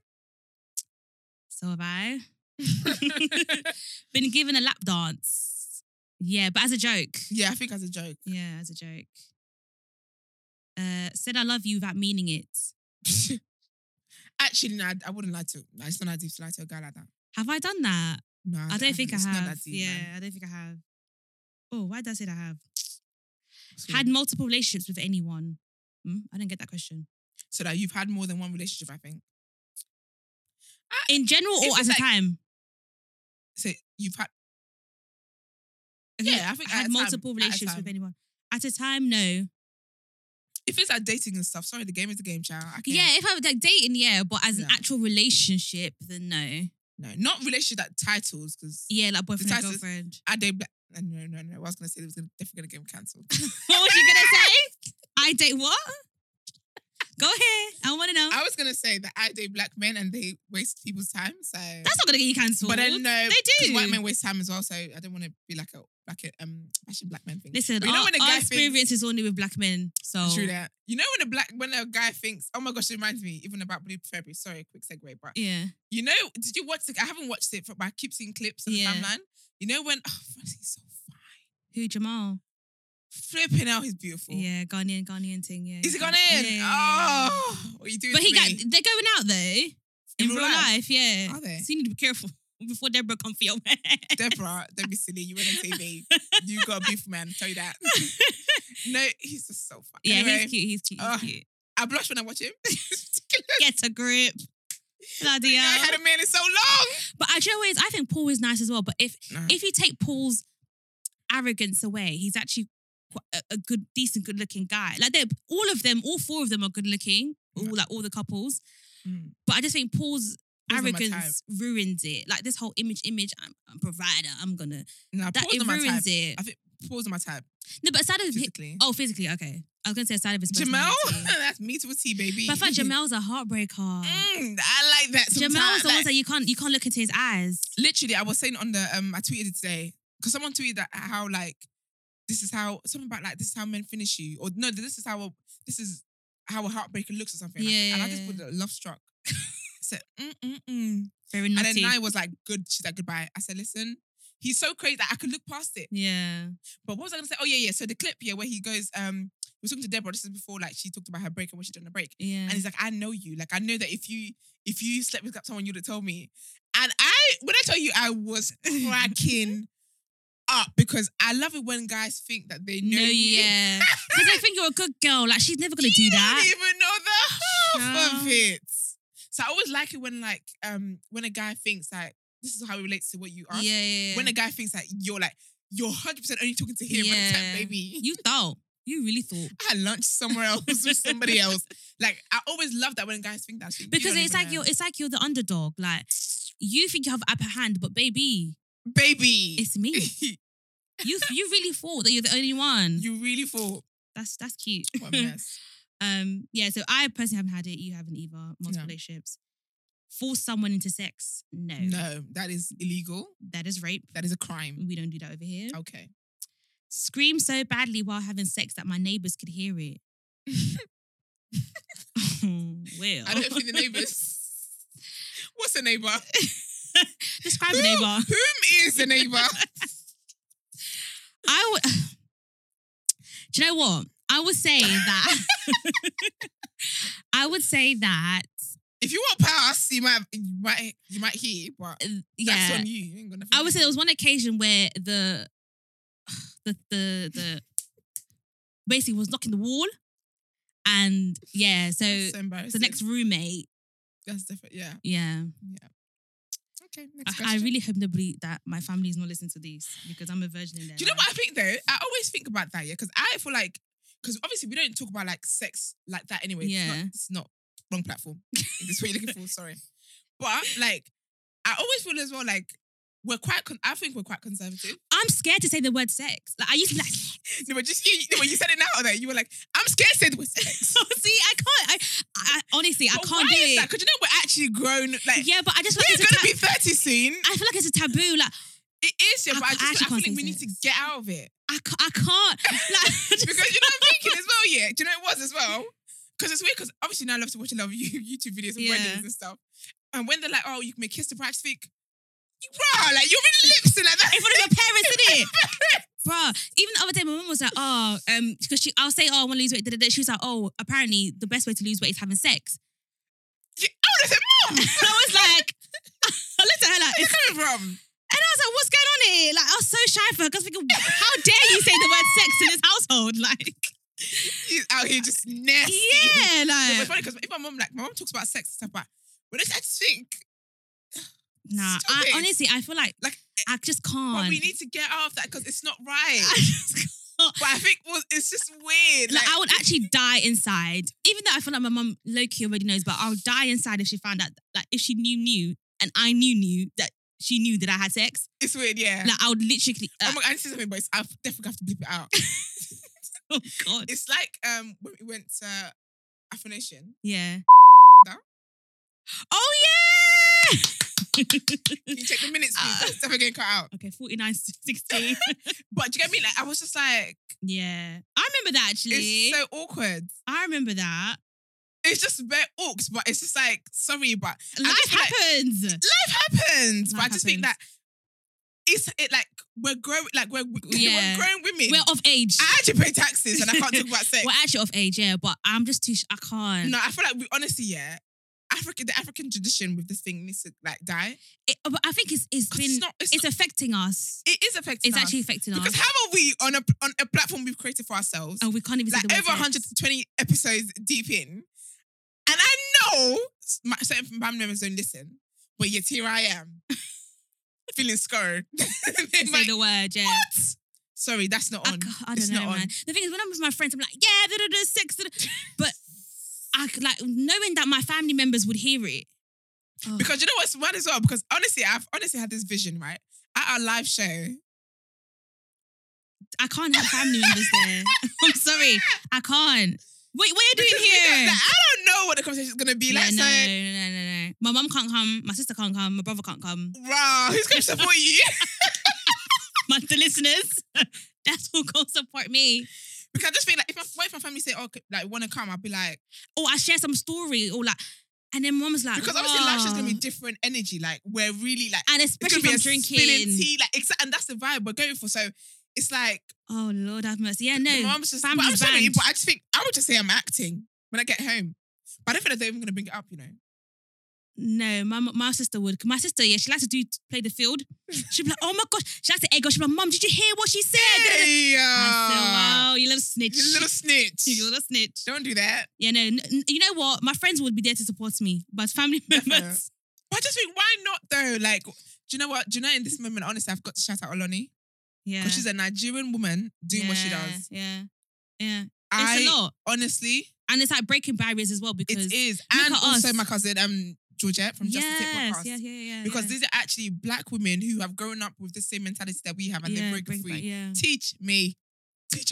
Speaker 3: So have I. Been given a lap dance. Yeah, but as a joke.
Speaker 4: yeah, I think as a joke.
Speaker 3: Yeah, as a joke. Uh, said I love you without meaning it.
Speaker 4: Actually, no, I, I wouldn't lie to. No, it's not that deep to lie to a guy like that.
Speaker 3: Have I done that?
Speaker 4: No,
Speaker 3: I don't think I
Speaker 4: it's not
Speaker 3: have.
Speaker 4: that deep,
Speaker 3: Yeah,
Speaker 4: man.
Speaker 3: I don't think I have. Oh, why did I say that I have?
Speaker 4: So-
Speaker 3: Had multiple relationships with anyone? Hmm? I don't get that question.
Speaker 4: so that you've had more than one relationship. I think.
Speaker 3: In general
Speaker 4: It's
Speaker 3: or
Speaker 4: just
Speaker 3: as
Speaker 4: Uh, like-
Speaker 3: a time?
Speaker 4: So you've had.
Speaker 3: Okay,
Speaker 4: Yeah, I think at a
Speaker 3: had
Speaker 4: time,
Speaker 3: multiple
Speaker 4: at a
Speaker 3: relationships
Speaker 4: time.
Speaker 3: with anyone. At a time, no.
Speaker 4: If it's like dating and stuff, sorry, the game is the game, child. I can't.
Speaker 3: Yeah, if I was like dating, yeah, but as an
Speaker 4: No.
Speaker 3: actual relationship, then no.
Speaker 4: No, not relationship that titles because
Speaker 3: Yeah, like boyfriend and
Speaker 4: titles-
Speaker 3: girlfriend.
Speaker 4: I don't. No, no, no, no. I was gonna say it was gonna, definitely gonna get him cancelled.
Speaker 3: what was you gonna say? I date what? Go ahead. I want to know.
Speaker 4: I was gonna say that I date black men and they waste people's time. So
Speaker 3: That's not gonna get you cancelled.
Speaker 4: but then no,
Speaker 3: they
Speaker 4: 'cause
Speaker 3: do.
Speaker 4: White men waste time as well. So I don't want to be like a like a um fashion black man thing.
Speaker 3: Listen,
Speaker 4: But you know
Speaker 3: our,
Speaker 4: when a
Speaker 3: our
Speaker 4: guy
Speaker 3: experience
Speaker 4: thinks,
Speaker 3: is only with black men, so
Speaker 4: True that. You know when a black when a guy thinks, oh my gosh, it reminds me even about Blue February. Sorry, quick segue, but
Speaker 3: yeah.
Speaker 4: you know, did you watch? The, I haven't watched it, but I keep seeing clips on
Speaker 3: Yeah.
Speaker 4: the timeline. You know when? Oh, he's so fine.
Speaker 3: Who Jamal?
Speaker 4: Flipping out, he's beautiful.
Speaker 3: Yeah, Ghanaian, Ghanaian thing. Yeah,
Speaker 4: Is he gone
Speaker 3: Yeah,
Speaker 4: in?
Speaker 3: yeah, yeah.
Speaker 4: Oh, what are you doing?
Speaker 3: but
Speaker 4: to
Speaker 3: he got.
Speaker 4: me?
Speaker 3: They're going out though. In, real life, yeah.
Speaker 4: Are they?
Speaker 3: So you need to be careful before Deborah come for your man.
Speaker 4: Deborah, don't be silly. You were on TV. You got a beef, man. Tell you that. no, he's just so fun.
Speaker 3: yeah,
Speaker 4: anyway,
Speaker 3: he's cute. He's cute. He's
Speaker 4: Oh,
Speaker 3: cute.
Speaker 4: I blush when I watch him. It's ridiculous.
Speaker 3: Get a grip. Bloody
Speaker 4: I
Speaker 3: hell.
Speaker 4: had a man in so long.
Speaker 3: But I do you know what it is? I think Paul is nice as well. But if if you take Paul's arrogance away, he's actually quite a, a good, decent, good-looking guy. Like they, all of them, all four of them are good-looking. All like all the couples.
Speaker 4: Mm.
Speaker 3: But I just think Paul's
Speaker 4: Paul's not my
Speaker 3: arrogance ruins it. Like this whole image, image. I'm, I'm provider. I'm gonna.
Speaker 4: Nah,
Speaker 3: That
Speaker 4: Paul's
Speaker 3: it
Speaker 4: not my type.
Speaker 3: ruins it.
Speaker 4: I think Paul's not my type
Speaker 3: No, but aside of hi-
Speaker 4: physically.
Speaker 3: oh, physically, okay. I was gonna say aside of his
Speaker 4: Jamel,
Speaker 3: personality.
Speaker 4: that's me to a T, baby.
Speaker 3: but I felt Jamel's a heartbreaker.
Speaker 4: Mm, I like that.
Speaker 3: Jamel's
Speaker 4: sometimes,
Speaker 3: the ones
Speaker 4: like-
Speaker 3: that you can't you can't look into his eyes.
Speaker 4: literally, I was saying on the um, I tweeted it today because someone tweeted that how like this is how something about like this is how men finish you or no, this is how a, this is how a heartbreaker looks or something. like that. and I
Speaker 3: Yeah.
Speaker 4: just put a love struck. said, mm, mm, mm.
Speaker 3: Very
Speaker 4: And then
Speaker 3: nutty.
Speaker 4: Nai was like, good. She's like, goodbye. I said, listen, he's so crazy that I could look past it.
Speaker 3: yeah.
Speaker 4: But what was I gonna say? Oh yeah, yeah. So the clip here where he goes, um, we was talking to Deborah. This is before like she talked about her break and what she did on the break.
Speaker 3: Yeah.
Speaker 4: And he's like, I know you. Like I know that if you if you slept with someone, you'd have told me. And I when I tell you, I was cracking up because I love it when guys think that they know
Speaker 3: no,
Speaker 4: you.
Speaker 3: yeah. Because I think you're a good girl. Like, she's never going to
Speaker 4: You
Speaker 3: do that.
Speaker 4: don't even know the half
Speaker 3: No.
Speaker 4: of it. So I always like it when like um when a guy thinks like this is how it relates to what you are.
Speaker 3: Yeah, yeah, yeah.
Speaker 4: When a guy thinks that you're like you're hundred percent only talking to him at the time,
Speaker 3: Yeah.
Speaker 4: baby.
Speaker 3: You thought. You really thought.
Speaker 4: I had lunch somewhere else with somebody else. Like I always love that when guys think that shit. You
Speaker 3: Because
Speaker 4: don't
Speaker 3: it's
Speaker 4: even
Speaker 3: like
Speaker 4: know.
Speaker 3: you're it's like you're the underdog. Like you think you have upper hand, but baby,
Speaker 4: baby.
Speaker 3: it's me. you you really thought that you're the only one.
Speaker 4: you really thought
Speaker 3: that's that's cute.
Speaker 4: what a mess.
Speaker 3: um, yeah. So I personally haven't had it. You haven't either. Multiple
Speaker 4: No.
Speaker 3: relationships. Force someone into sex? No.
Speaker 4: no, that is illegal.
Speaker 3: That is rape. Mm.
Speaker 4: That is a crime.
Speaker 3: We don't do that over here.
Speaker 4: Okay.
Speaker 3: Scream so badly while having sex that my neighbors could hear it. well,
Speaker 4: I don't think the neighbors. What's a neighbor?
Speaker 3: describe
Speaker 4: Who-
Speaker 3: a neighbor.
Speaker 4: Whom is a neighbor?
Speaker 3: I would. Do you know what? I would say that. I would say that.
Speaker 4: if you want pass, you might you might you might hear, but
Speaker 3: uh,
Speaker 4: that's
Speaker 3: Yeah,
Speaker 4: on you. you ain't got nothing
Speaker 3: I
Speaker 4: to
Speaker 3: would say
Speaker 4: do.
Speaker 3: there was one occasion where the, the the the basically was knocking the wall, and yeah, so
Speaker 4: That's so
Speaker 3: the
Speaker 4: embarrassing.
Speaker 3: next roommate,
Speaker 4: That's different. Yeah.
Speaker 3: yeah.
Speaker 4: Okay.
Speaker 3: I,
Speaker 4: Next
Speaker 3: I
Speaker 4: question.
Speaker 3: really hope nobody that my family is not listening to these because I'm a virgin in there.
Speaker 4: Do you know
Speaker 3: right?
Speaker 4: what I think though? I always think about that, yeah, because I feel like because obviously we don't talk about like sex like that anyway. It's
Speaker 3: Yeah.
Speaker 4: not, it's not wrong platform. if this is what you're looking for, sorry. But like I always feel as well like we're quite con- I think we're quite conservative.
Speaker 3: I'm scared to say the word sex. Like I used to be like,
Speaker 4: No, but just you, no, when you said it now that you were like, I'm scared to say the word sex.
Speaker 3: Oh, see, I can't. I, I honestly, I
Speaker 4: But
Speaker 3: can't
Speaker 4: why
Speaker 3: do
Speaker 4: is
Speaker 3: it.
Speaker 4: that? Because you know we're actually grown. Like
Speaker 3: Yeah, but I just feel
Speaker 4: we're
Speaker 3: like it's a
Speaker 4: gonna
Speaker 3: ta-
Speaker 4: be 30 soon.
Speaker 3: I feel like it's a taboo. Like
Speaker 4: It is, yeah,
Speaker 3: I-
Speaker 4: but
Speaker 3: I
Speaker 4: I, just
Speaker 3: actually
Speaker 4: feel, I
Speaker 3: can't
Speaker 4: feel like
Speaker 3: say
Speaker 4: we need to
Speaker 3: sex.
Speaker 4: get out of it.
Speaker 3: I, ca- I can't. Like, just-
Speaker 4: Because you know what I'm thinking as well, yeah. Do you know what it was as well? Because it's weird because obviously now I love to watch a lot of you- YouTube videos of
Speaker 3: Yeah.
Speaker 4: weddings and stuff. And when they're like, oh, you may kiss the bride speak, bro, like you're really lipsing like that.
Speaker 3: in front of your parents, isn't it? Bruh, even the other day, my mum was like, oh, um, because she, I'll say, oh, I want to lose weight. da, da, da. She was like, oh, apparently the best way to lose weight is having sex.
Speaker 4: I would have said, mom,
Speaker 3: And I was like, I looked at her like,
Speaker 4: where
Speaker 3: it's-
Speaker 4: you coming from?
Speaker 3: and I was like, what's going on here? Like, I was so shy for her because thinking, how dare you say the word sex in this household? Like,
Speaker 4: He's out here just nasty.
Speaker 3: yeah,
Speaker 4: No, but it's
Speaker 3: like,
Speaker 4: funny because if my mom, like, my mom talks about sex and stuff, but when it's, I just think,
Speaker 3: nah.
Speaker 4: Stop
Speaker 3: I,
Speaker 4: it.
Speaker 3: honestly, I feel like,
Speaker 4: Like,
Speaker 3: I just can't.
Speaker 4: but we need to get out of that because it's not right.
Speaker 3: I just can't.
Speaker 4: but I think well, it's just weird.
Speaker 3: Like, I would actually die inside. Even though I feel like my mum Loki already knows, but I'll die inside if she found out like if she knew knew and I knew knew that she knew that I had sex.
Speaker 4: it's weird, yeah.
Speaker 3: Like I would literally
Speaker 4: oh
Speaker 3: uh,
Speaker 4: my God, I need to say something, but it's, I definitely have to bleep it out.
Speaker 3: oh god.
Speaker 4: It's like um when we went to Affination.
Speaker 3: Yeah.
Speaker 4: No?
Speaker 3: Oh yeah.
Speaker 4: Can you check the minutes, please?
Speaker 3: Ah.
Speaker 4: That's never getting cut out.
Speaker 3: okay, 49 16.
Speaker 4: But do you get me? Like, I was just like,
Speaker 3: yeah. I remember that actually.
Speaker 4: it's so awkward.
Speaker 3: I remember that.
Speaker 4: It's just very awks, but it's just like, sorry, but
Speaker 3: Life
Speaker 4: just like-
Speaker 3: happens.
Speaker 4: life happens. but I
Speaker 3: Life
Speaker 4: just think
Speaker 3: happens.
Speaker 4: that it's it like we're growing, like we're,
Speaker 3: Yeah.
Speaker 4: we're grown women.
Speaker 3: We're of age.
Speaker 4: I actually pay taxes and I can't talk about sex.
Speaker 3: We're actually of age, yeah, but I'm just too sh- I can't.
Speaker 4: no, I feel like we honestly, yeah. African, the African tradition with this thing needs to like die.
Speaker 3: It- uh, but I think it's it's
Speaker 4: 'Cause
Speaker 3: been
Speaker 4: it's not, it's,
Speaker 3: it's affecting us.
Speaker 4: it is affecting
Speaker 3: It's
Speaker 4: us.
Speaker 3: actually affecting
Speaker 4: because
Speaker 3: us.
Speaker 4: how are we on a on a platform we've created for ourselves?
Speaker 3: oh, we can't even
Speaker 4: like
Speaker 3: say the word
Speaker 4: over
Speaker 3: sex.
Speaker 4: 120 episodes deep in, and I know s- my, certain family members don't listen, but yet here I am, feeling scarred. They
Speaker 3: Say
Speaker 4: might-
Speaker 3: the word, yeah.
Speaker 4: Sorry, that's not
Speaker 3: I,
Speaker 4: on.
Speaker 3: ca- I
Speaker 4: it's
Speaker 3: don't know,
Speaker 4: not on.
Speaker 3: man. The thing is, when I'm with my friends, I'm like, yeah, da, da, da, sex, da, da. but I c- like knowing that my family members would hear it. Oh,
Speaker 4: Because you know what's mad as well? Because honestly, I've honestly had this vision, right? At our live show,
Speaker 3: I can't have family members there. I'm sorry, I can't. Wait, what are you
Speaker 4: Because
Speaker 3: doing
Speaker 4: we don't-
Speaker 3: here?
Speaker 4: like, I don't know what the conversation is gonna be
Speaker 3: Yeah,
Speaker 4: like.
Speaker 3: no,
Speaker 4: So,
Speaker 3: no, no, no, no. My mom can't come. My sister can't come. My brother can't come.
Speaker 4: rah, who's gonna support you?
Speaker 3: My the listeners, that's who can't support me.
Speaker 4: because I just feel like if my, what if my family say, "Oh, c- like want to come," I'll be like,
Speaker 3: or I share some story or like, And then mum was like,
Speaker 4: Because obviously, life is
Speaker 3: "Rah."
Speaker 4: gonna be different energy. Like we're really like
Speaker 3: and
Speaker 4: it's
Speaker 3: especially
Speaker 4: gonna
Speaker 3: if
Speaker 4: be
Speaker 3: I'm
Speaker 4: a
Speaker 3: drinking.
Speaker 4: spilling tea. Like exa- and that's the vibe we're going for. So it's like
Speaker 3: Oh Lord have mercy. Yeah, no.
Speaker 4: my mum's just. But I'm
Speaker 3: family's
Speaker 4: sorry,
Speaker 3: banned.
Speaker 4: but I just think I would just say I'm acting when I get home. But I don't feel like they're even gonna bring it up. You know.
Speaker 3: No, my my sister would. 'Cause My sister, yeah, she likes to do play the field. She'd be like, "Oh my gosh!" She likes to egg us. She'd be like, "Mum, did you hear what she said?"
Speaker 4: Hey,
Speaker 3: I said,
Speaker 4: uh,
Speaker 3: "Wow, you little snitch,
Speaker 4: you little snitch.
Speaker 3: You little snitch."
Speaker 4: Don't do that.
Speaker 3: Yeah, no, n- n- you know what? My friends would be there to support me, but family members.
Speaker 4: But I just think, why not though? Like, do you know what? Do you know in this moment, honestly, I've got to shout out Oloni
Speaker 3: Yeah,
Speaker 4: because she's a Nigerian woman doing what she
Speaker 3: Yeah,
Speaker 4: does.
Speaker 3: Yeah, yeah. It's
Speaker 4: I
Speaker 3: a lot,
Speaker 4: honestly,
Speaker 3: and it's like breaking barriers as well
Speaker 4: it
Speaker 3: because
Speaker 4: is,
Speaker 3: look
Speaker 4: and
Speaker 3: at
Speaker 4: also
Speaker 3: us.
Speaker 4: my cousin, um, Georgette from
Speaker 3: yes,
Speaker 4: Justice Hit Podcast.
Speaker 3: yeah, yeah, yeah.
Speaker 4: Because
Speaker 3: yeah.
Speaker 4: these are actually black women who have grown up with the same mentality that we have, and
Speaker 3: yeah,
Speaker 4: they're breaking
Speaker 3: break
Speaker 4: free.
Speaker 3: back, yeah,
Speaker 4: Teach me, teach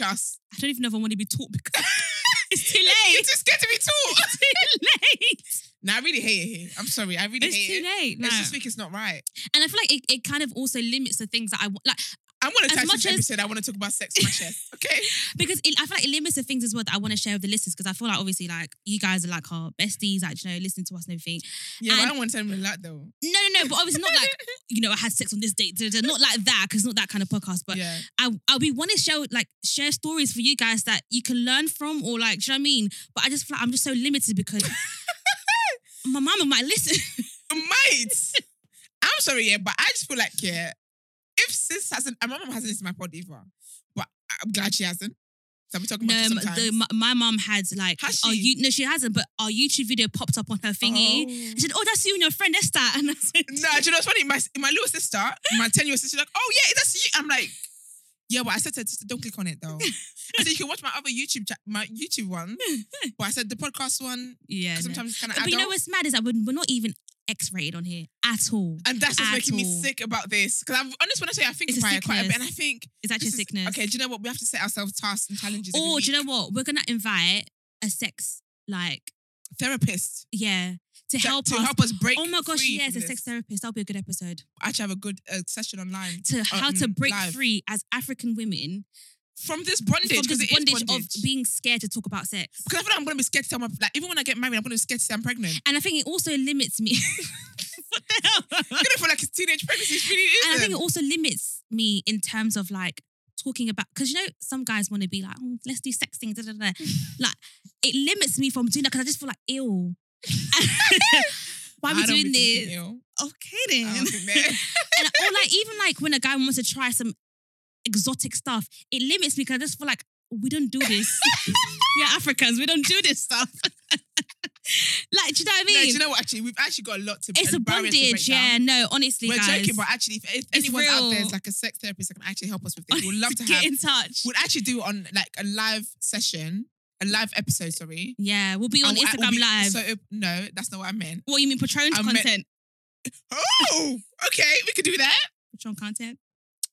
Speaker 4: us.
Speaker 3: I don't even know if I want to be taught because it's too
Speaker 4: You're
Speaker 3: late.
Speaker 4: too scared to be taught.
Speaker 3: it's too late.
Speaker 4: nah, I really hate it here. I'm sorry, I really
Speaker 3: It's
Speaker 4: hate
Speaker 3: too
Speaker 4: it.
Speaker 3: late.
Speaker 4: I
Speaker 3: no.
Speaker 4: just think it's not right.
Speaker 3: And I feel like it, it kind of also limits the things that I want, like
Speaker 4: I want
Speaker 3: As
Speaker 4: to touch
Speaker 3: much
Speaker 4: this
Speaker 3: as-
Speaker 4: episode. I want to talk about sex, my chest. Okay.
Speaker 3: because it, I feel like it limits the things as well that I want to share with the listeners because I feel like obviously like you guys are like our besties, like you know, listening to us and everything.
Speaker 4: Yeah, but I
Speaker 3: And-
Speaker 4: don't want to tell them a lot though.
Speaker 3: No, no, no, but obviously not like you know I had sex on this date, duh, duh, duh, not like that because not that kind of podcast. But
Speaker 4: yeah.
Speaker 3: I, I we want to show like share stories for you guys that you can learn from or like do you know what I mean? But I just feel like I'm just so limited because my mama might listen.
Speaker 4: Um, Mate, I'm sorry, yeah, but I just feel like, yeah, if sis hasn't, and my mum hasn't listened to my pod either, but I'm glad she hasn't. So I'm talking
Speaker 3: No,
Speaker 4: about it
Speaker 3: m-
Speaker 4: sometimes.
Speaker 3: Um, the, my, my mom had like
Speaker 4: Has
Speaker 3: our
Speaker 4: she?
Speaker 3: you no she hasn't, but our YouTube video popped up on her thingy. I said, "Oh, that's you and your friend Esther." And I said,
Speaker 4: Oh. No, do you know what's funny? My, my little sister, my 10 year old sister, like, oh, yeah, that's you. I'm like, yeah, but I said to her, sister, don't click on it though. I said, you can watch my other YouTube chat, my YouTube one. But I said, the podcast one,
Speaker 3: "Yeah."
Speaker 4: 'cause
Speaker 3: no. Uh,
Speaker 4: sometimes it's kind of
Speaker 3: But
Speaker 4: adult.
Speaker 3: you know what's mad is that we're, we're not even X-rated on here at all.
Speaker 4: and that's what's
Speaker 3: at
Speaker 4: making me
Speaker 3: all.
Speaker 4: sick about this. Because I'm honest when I say I think
Speaker 3: It's a
Speaker 4: about it quite a bit, and I
Speaker 3: sickness.
Speaker 4: think
Speaker 3: It's actually a
Speaker 4: this is-
Speaker 3: sickness.
Speaker 4: okay, do you know what? We have to set ourselves tasks and challenges. every
Speaker 3: Or do you
Speaker 4: week.
Speaker 3: know what? We're gonna invite a sex like
Speaker 4: therapist?
Speaker 3: yeah to
Speaker 4: to-
Speaker 3: help
Speaker 4: to
Speaker 3: us.
Speaker 4: help us break.
Speaker 3: oh my gosh,
Speaker 4: free
Speaker 3: yes,
Speaker 4: from
Speaker 3: a
Speaker 4: this.
Speaker 3: sex therapist. That'll be a good episode
Speaker 4: I actually have a good uh, session online
Speaker 3: to how to
Speaker 4: um,
Speaker 3: break
Speaker 4: live.
Speaker 3: free as African women
Speaker 4: from this bondage
Speaker 3: from
Speaker 4: because
Speaker 3: this
Speaker 4: it
Speaker 3: bondage,
Speaker 4: is bondage.
Speaker 3: of being scared to talk about sex.
Speaker 4: because I feel like I'm gonna be scared to tell my like even when I get married I'm gonna be scared to say I'm pregnant.
Speaker 3: And I think it also limits me. what the hell?
Speaker 4: I'm gonna feel like it's teenage pregnancy. It really is.
Speaker 3: And I think it also limits me in terms of like talking about because you know some guys want to be like, oh, let's do sex things, da, da, da. like it limits me from doing that because I just feel like ill. Why are we doing this?
Speaker 4: Oh,
Speaker 3: Okay then.
Speaker 4: Um,
Speaker 3: and or like even like when a guy wants to try some exotic stuff, it limits me because I just feel like we don't do this. We're Africans, we don't do this stuff. like, do you know what I
Speaker 4: No, do
Speaker 3: mean?
Speaker 4: you know what? Actually, we've actually got a lot to.
Speaker 3: it's a
Speaker 4: and barriers to break
Speaker 3: bondage,
Speaker 4: down.
Speaker 3: yeah. No, honestly,
Speaker 4: We're
Speaker 3: guys.
Speaker 4: joking, but actually, if, if anyone out there
Speaker 3: real.
Speaker 4: is like a sex therapist that can actually help us with this, we'd love to
Speaker 3: get
Speaker 4: have.
Speaker 3: in touch.
Speaker 4: We'd actually do on like a live session, a live episode. Sorry,
Speaker 3: Yeah, we'll be on
Speaker 4: And we'll-
Speaker 3: Instagram
Speaker 4: we'll be-
Speaker 3: Live.
Speaker 4: So no, that's not what I meant.
Speaker 3: what you mean, Patron
Speaker 4: I meant-
Speaker 3: content?
Speaker 4: Oh, okay, we could do that.
Speaker 3: Patron content?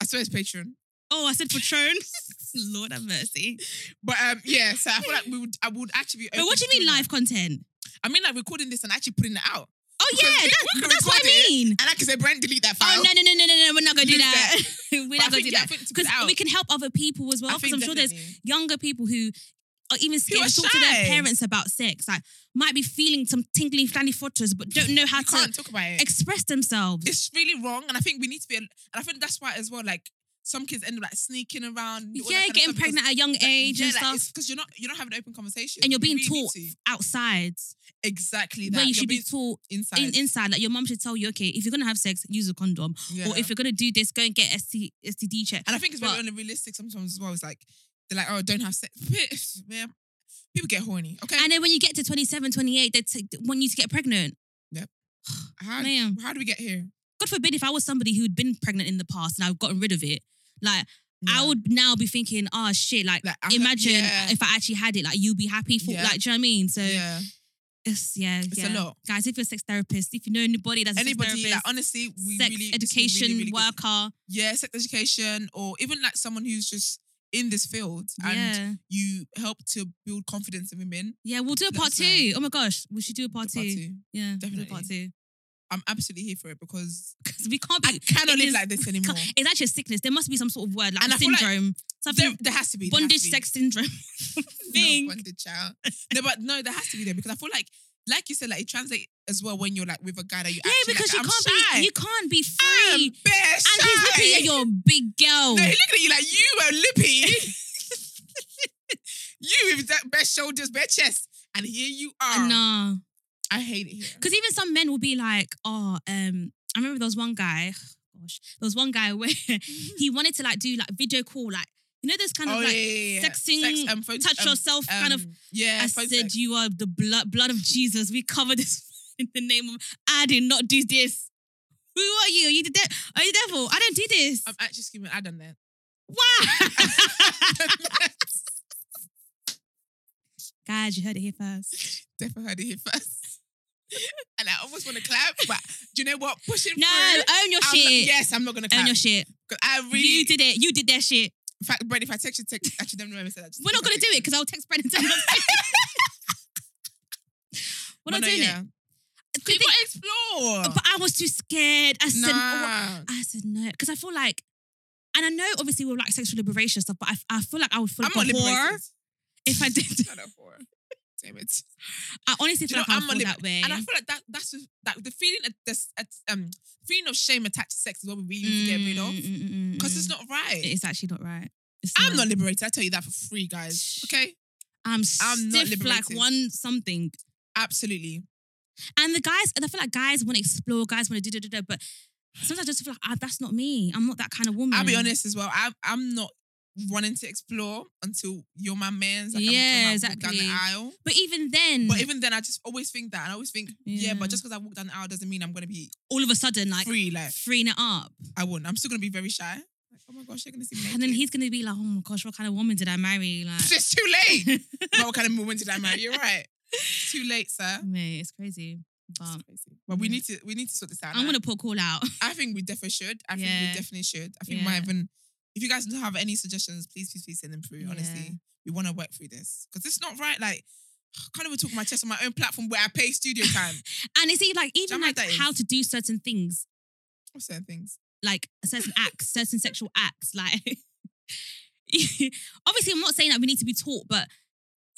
Speaker 4: I swear it's Patreon.
Speaker 3: Oh, I said Patron. Lord have mercy.
Speaker 4: But um, yeah, so I feel like we would, I would actually be.
Speaker 3: But what do
Speaker 4: open
Speaker 3: you
Speaker 4: to
Speaker 3: mean
Speaker 4: doing
Speaker 3: live content?
Speaker 4: that. I mean, like recording this and actually putting it out,
Speaker 3: Oh
Speaker 4: Because
Speaker 3: yeah,
Speaker 4: we
Speaker 3: that's,
Speaker 4: can
Speaker 3: that's what I
Speaker 4: record it
Speaker 3: mean.
Speaker 4: and I can say, Brent, delete that file.
Speaker 3: Oh no no no no no no! We're not gonna do
Speaker 4: Lose
Speaker 3: that.
Speaker 4: that.
Speaker 3: we're
Speaker 4: But I
Speaker 3: not gonna
Speaker 4: think-
Speaker 3: do
Speaker 4: yeah, I
Speaker 3: that
Speaker 4: think to put
Speaker 3: because
Speaker 4: it out.
Speaker 3: we can help other people as well.
Speaker 4: I
Speaker 3: Because
Speaker 4: think
Speaker 3: I'm sure there's
Speaker 4: definitely.
Speaker 3: younger people who are even scared
Speaker 4: are
Speaker 3: to talk to their
Speaker 4: shy.
Speaker 3: parents about sex. Like might be feeling some tingly flanny footers, but don't know how
Speaker 4: You can't
Speaker 3: to
Speaker 4: talk about it.
Speaker 3: express themselves.
Speaker 4: It's really wrong, and I think we need to be. And I think that's why as well. Like some kids end up like sneaking around. and all that
Speaker 3: yeah,
Speaker 4: kind of
Speaker 3: getting
Speaker 4: stuff because-
Speaker 3: pregnant at a young age
Speaker 4: yeah,
Speaker 3: and
Speaker 4: like,
Speaker 3: stuff,
Speaker 4: it's because you're not you're not having open conversation
Speaker 3: and you're being
Speaker 4: really
Speaker 3: taught
Speaker 4: need to.
Speaker 3: outside
Speaker 4: exactly that
Speaker 3: where you
Speaker 4: You're
Speaker 3: should be
Speaker 4: being
Speaker 3: taught
Speaker 4: inside.
Speaker 3: in, inside. Like your mom should tell you, okay, if you're gonna have sex, use a condom,
Speaker 4: yeah.
Speaker 3: or if you're gonna do this, go and get ST, STD check.
Speaker 4: And I think it's very
Speaker 3: But-
Speaker 4: unrealistic sometimes as well. It's like they're like, oh, don't have sex. Man, people get horny. Okay,
Speaker 3: And then when you get to 27, 28, they t- want you to get pregnant.
Speaker 4: how,
Speaker 3: ma'am.
Speaker 4: how do we get here?
Speaker 3: God forbid if I was somebody who'd been pregnant in the past and I've gotten rid of it, like I
Speaker 4: Yeah.
Speaker 3: would now be thinking, oh shit, like,
Speaker 4: Like, I hope-
Speaker 3: imagine
Speaker 4: yeah.
Speaker 3: if I actually had it, like you'd be happy for,
Speaker 4: Yeah.
Speaker 3: like, do you know what I mean? So
Speaker 4: Yeah.
Speaker 3: it's yeah,
Speaker 4: It's a
Speaker 3: yeah.
Speaker 4: lot.
Speaker 3: Guys, if you're a sex therapist, if you know anybody that's a sex
Speaker 4: Anybody,
Speaker 3: therapist,
Speaker 4: like, honestly, we
Speaker 3: sex
Speaker 4: really this is really,
Speaker 3: education
Speaker 4: really good.
Speaker 3: worker,
Speaker 4: Yeah, sex education, or even like someone who's just in this field and
Speaker 3: yeah,
Speaker 4: you help to build confidence in women.
Speaker 3: yeah, we'll do a
Speaker 4: let
Speaker 3: part
Speaker 4: us
Speaker 3: two.
Speaker 4: know.
Speaker 3: Oh my gosh, we should do a part,
Speaker 4: Part
Speaker 3: two.
Speaker 4: two.
Speaker 3: Yeah, we'll do a
Speaker 4: Definitely.
Speaker 3: part two.
Speaker 4: I'm absolutely here for it because
Speaker 3: Because we can't be.
Speaker 4: I cannot
Speaker 3: it
Speaker 4: live
Speaker 3: is-
Speaker 4: like this
Speaker 3: we can't-
Speaker 4: anymore.
Speaker 3: It's actually a sickness. There must be some sort of word like
Speaker 4: And
Speaker 3: a
Speaker 4: I feel like
Speaker 3: syndrome,
Speaker 4: There,
Speaker 3: something
Speaker 4: there has to be there has
Speaker 3: bondage
Speaker 4: to be.
Speaker 3: sex syndrome
Speaker 4: No,
Speaker 3: thing.
Speaker 4: bondage child. No, but no, there has to be there because I feel like like you said, like it translates as well when you're like with a guy that you
Speaker 3: Yeah,
Speaker 4: actually
Speaker 3: because you
Speaker 4: like, I'm
Speaker 3: can't
Speaker 4: shy.
Speaker 3: be you can't be
Speaker 4: I'm
Speaker 3: free.
Speaker 4: bare
Speaker 3: And he's looking
Speaker 4: shy.
Speaker 3: at your big girl.
Speaker 4: No, he's looking at you like you were lippy. you with that bare shoulders, bare chest, and here you are.
Speaker 3: Nah.
Speaker 4: I hate it here.
Speaker 3: Because even some men will be like, oh, um, I remember there was one guy, gosh, there was one guy where he wanted to like do like video call, like, you know, this kind
Speaker 4: Oh,
Speaker 3: of like, sexing,
Speaker 4: um, photo-
Speaker 3: touch
Speaker 4: um,
Speaker 3: yourself kind of.
Speaker 4: um, Yeah,
Speaker 3: I
Speaker 4: phone
Speaker 3: said,
Speaker 4: sex.
Speaker 3: you are the blood, blood of Jesus. We cover this in the name of, I did not do this. Who are you? Are you the devil? Are you the devil? I don't do this.
Speaker 4: I'm actually screaming. I done that.
Speaker 3: Why? Guys, you heard it here first.
Speaker 4: Definitely heard it here first. and I almost want to clap, but do you know what? Pushing
Speaker 3: No,
Speaker 4: through.
Speaker 3: own your
Speaker 4: I'm not-
Speaker 3: shit.
Speaker 4: yes, I'm not gonna
Speaker 3: Own
Speaker 4: clap.
Speaker 3: your shit.
Speaker 4: 'Cause I really.
Speaker 3: You did it. You did that shit.
Speaker 4: In fact, Brent, if I text you, text actually don't remember. That.
Speaker 3: We're not gonna do it because I'll text Brendan. and tell him not to do it. We're not doing it. The
Speaker 4: You
Speaker 3: thing-
Speaker 4: gotta explore.
Speaker 3: But I was too scared. I said, oh,
Speaker 4: nah.
Speaker 3: I said no because I feel like, and I know obviously we're like sexual liberation stuff, but I, I feel like I would feel
Speaker 4: I'm
Speaker 3: like
Speaker 4: not
Speaker 3: a whore
Speaker 4: liberated.
Speaker 3: if I did.
Speaker 4: I'm not a whore. Damn it.
Speaker 3: I honestly
Speaker 4: Do
Speaker 3: feel
Speaker 4: you
Speaker 3: like
Speaker 4: know,
Speaker 3: I
Speaker 4: I'm
Speaker 3: would feel
Speaker 4: only-
Speaker 3: that way.
Speaker 4: And I feel like that that's just- that the feeling of this uh, um feeling of shame attached to sex is what we really need to get rid
Speaker 3: Mm,
Speaker 4: of. Because it's not right.
Speaker 3: It's actually not right. It's
Speaker 4: I'm not liberated. I tell you that for free, guys. Okay?
Speaker 3: I'm
Speaker 4: I'm not
Speaker 3: stiff like
Speaker 4: liberated.
Speaker 3: one something.
Speaker 4: Absolutely.
Speaker 3: And the guys, and I feel like guys want to explore, guys want to do, do, do, do, but sometimes I just feel like ah, that's not me. I'm not that kind of woman.
Speaker 4: I'll be honest as well. I I'm not wanting to explore until you're my man's. Like
Speaker 3: Yeah,
Speaker 4: I'm, until I walk Down
Speaker 3: exactly.
Speaker 4: the aisle.
Speaker 3: But even then,
Speaker 4: But even then, I just always think that, and I always think, yeah,
Speaker 3: Yeah.
Speaker 4: but just because I walk down the aisle doesn't mean I'm gonna be
Speaker 3: all of a sudden, like
Speaker 4: free. Like
Speaker 3: freeing it up,
Speaker 4: I won't. I'm still gonna be very shy. Like, oh my gosh, they're gonna see me.
Speaker 3: and then
Speaker 4: naked.
Speaker 3: he's gonna be like, "Oh my gosh, what kind of woman did I marry?" Like,
Speaker 4: It's too late. but what kind of woman did I marry? You're right. It's too late, sir.
Speaker 3: mate, it's crazy. But
Speaker 4: It's crazy. Mm-hmm. But we
Speaker 3: yeah.
Speaker 4: need to we need to sort this out.
Speaker 3: I'm gonna put a call out.
Speaker 4: I think we definitely should. I think
Speaker 3: Yeah.
Speaker 4: we definitely should. I think
Speaker 3: Yeah.
Speaker 4: we might even if you guys don't have any suggestions, please, please, please send them through.
Speaker 3: Yeah.
Speaker 4: Honestly. We want to work through this. Because it's not right. Like I can't even talk my chest on my own platform where I pay studio time.
Speaker 3: And it's even like
Speaker 4: Do you
Speaker 3: even
Speaker 4: know
Speaker 3: like
Speaker 4: what that is?
Speaker 3: how to do certain things,
Speaker 4: Or certain things.
Speaker 3: like certain acts, certain sexual acts. Like, obviously, I'm not saying that we need to be taught, but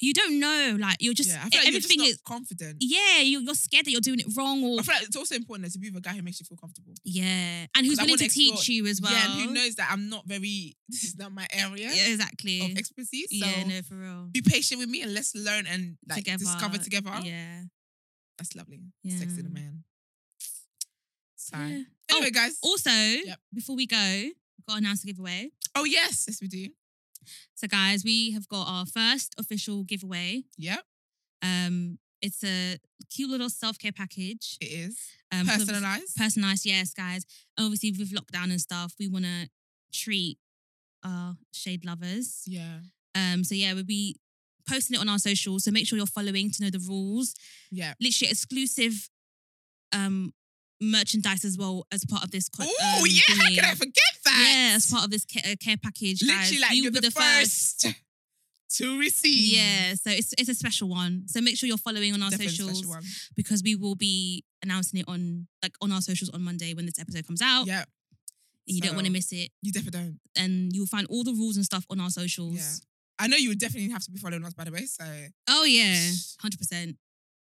Speaker 3: you don't know. Like, you're just e,
Speaker 4: yeah. I feel like
Speaker 3: everything
Speaker 4: you're
Speaker 3: is.
Speaker 4: just
Speaker 3: e
Speaker 4: not confident.
Speaker 3: Yeah, you're, you're scared that you're doing it wrong or
Speaker 4: I feel like it's also important to be with a guy who makes you feel comfortable.
Speaker 3: Yeah, and who's
Speaker 4: I
Speaker 3: willing to
Speaker 4: wanna
Speaker 3: teach
Speaker 4: explore-
Speaker 3: you as well? E,
Speaker 4: Yeah, and who knows that I'm not very this is not my area
Speaker 3: Yeah, exactly.
Speaker 4: of expertise. So
Speaker 3: yeah, no, for real.
Speaker 4: be patient with me and let's learn and like discover together.
Speaker 3: Yeah.
Speaker 4: That's lovely.
Speaker 3: Yeah.
Speaker 4: Sex in a man. Sorry.
Speaker 3: Yeah.
Speaker 4: Anyway, guys. Oh,
Speaker 3: Also, before we go, we've got to announce the giveaway.
Speaker 4: yes, yes we do.
Speaker 3: So, guys, we have got our first official giveaway.
Speaker 4: Yep,
Speaker 3: Um, it's a cute little self care package.
Speaker 4: it is
Speaker 3: Um, so-
Speaker 4: personalized.
Speaker 3: personalized, yes, guys. Obviously, with lockdown and stuff, we want to treat our shade lovers.
Speaker 4: yeah,
Speaker 3: Um, so yeah, we'll be posting it on our socials. So make sure you're following to know the rules.
Speaker 4: yeah.
Speaker 3: literally exclusive um merchandise as well as part of this. co-
Speaker 4: Oh
Speaker 3: um,
Speaker 4: yeah, how
Speaker 3: thingy.
Speaker 4: could I forget that?
Speaker 3: Yeah, as part of this care, uh, care package.
Speaker 4: Literally,
Speaker 3: guys.
Speaker 4: like
Speaker 3: you
Speaker 4: you are
Speaker 3: were
Speaker 4: the, first, to receive.
Speaker 3: Yeah, so it's it's a special one. So make sure you're following on our
Speaker 4: Definitely special
Speaker 3: socials
Speaker 4: one.
Speaker 3: because we will be announcing it on like on our socials on Monday when this episode comes out.
Speaker 4: Yeah,
Speaker 3: you don't want to
Speaker 4: so-
Speaker 3: miss it,
Speaker 4: you definitely don't.
Speaker 3: and you'll find all the rules and stuff on our socials.
Speaker 4: Yeah, I know you would definitely have to be following us by the way. So
Speaker 3: Oh yeah, hundred percent.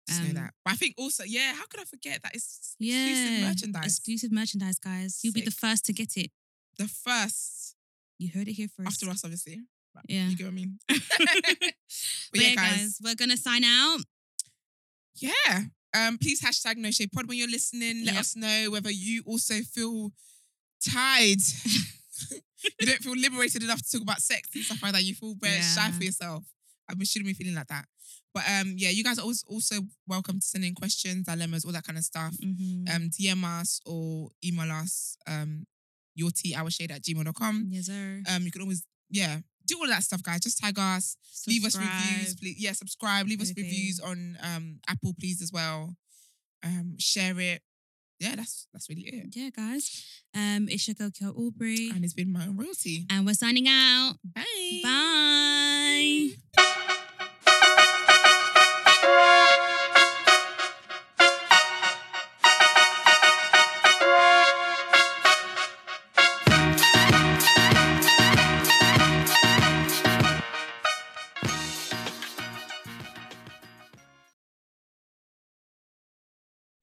Speaker 4: just
Speaker 3: Um,
Speaker 4: know that. But I think also, yeah, how could I forget that it's
Speaker 3: Yeah,
Speaker 4: exclusive merchandise?
Speaker 3: Exclusive merchandise, guys. You'll be the
Speaker 4: Sick.
Speaker 3: first to get it.
Speaker 4: the first
Speaker 3: You heard it here first.
Speaker 4: after us, obviously. But
Speaker 3: Yeah.
Speaker 4: you get what I mean. but, yeah, guys.
Speaker 3: we're gonna sign out.
Speaker 4: Yeah. Um, please hashtag no shade pod when you're listening. Let
Speaker 3: Yep.
Speaker 4: us know whether you also feel tied. you don't feel liberated enough to talk about sex and stuff like that. You feel very shy
Speaker 3: Yeah.
Speaker 4: for yourself. I mean, shouldn't be feeling like that. But um, yeah, you guys are also, also welcome to send in questions, dilemmas, all that kind of stuff.
Speaker 3: Mm-hmm.
Speaker 4: Um, DM us or email us um, your tea hour shade at gmail.com.
Speaker 3: yes, sir.
Speaker 4: Um, you can always, yeah, do all that stuff, guys. Just tag us leave us reviews,
Speaker 3: Subscribe.
Speaker 4: please. Yeah, subscribe. Leave us
Speaker 3: Everything.
Speaker 4: reviews on um Apple, please, as well. Um, share it. Yeah, that's that's really it.
Speaker 3: Yeah, guys. Um, it's your girl, Kel Aubrey,
Speaker 4: And it's been my own royalty.
Speaker 3: and we're signing out.
Speaker 4: Bye.
Speaker 3: Bye.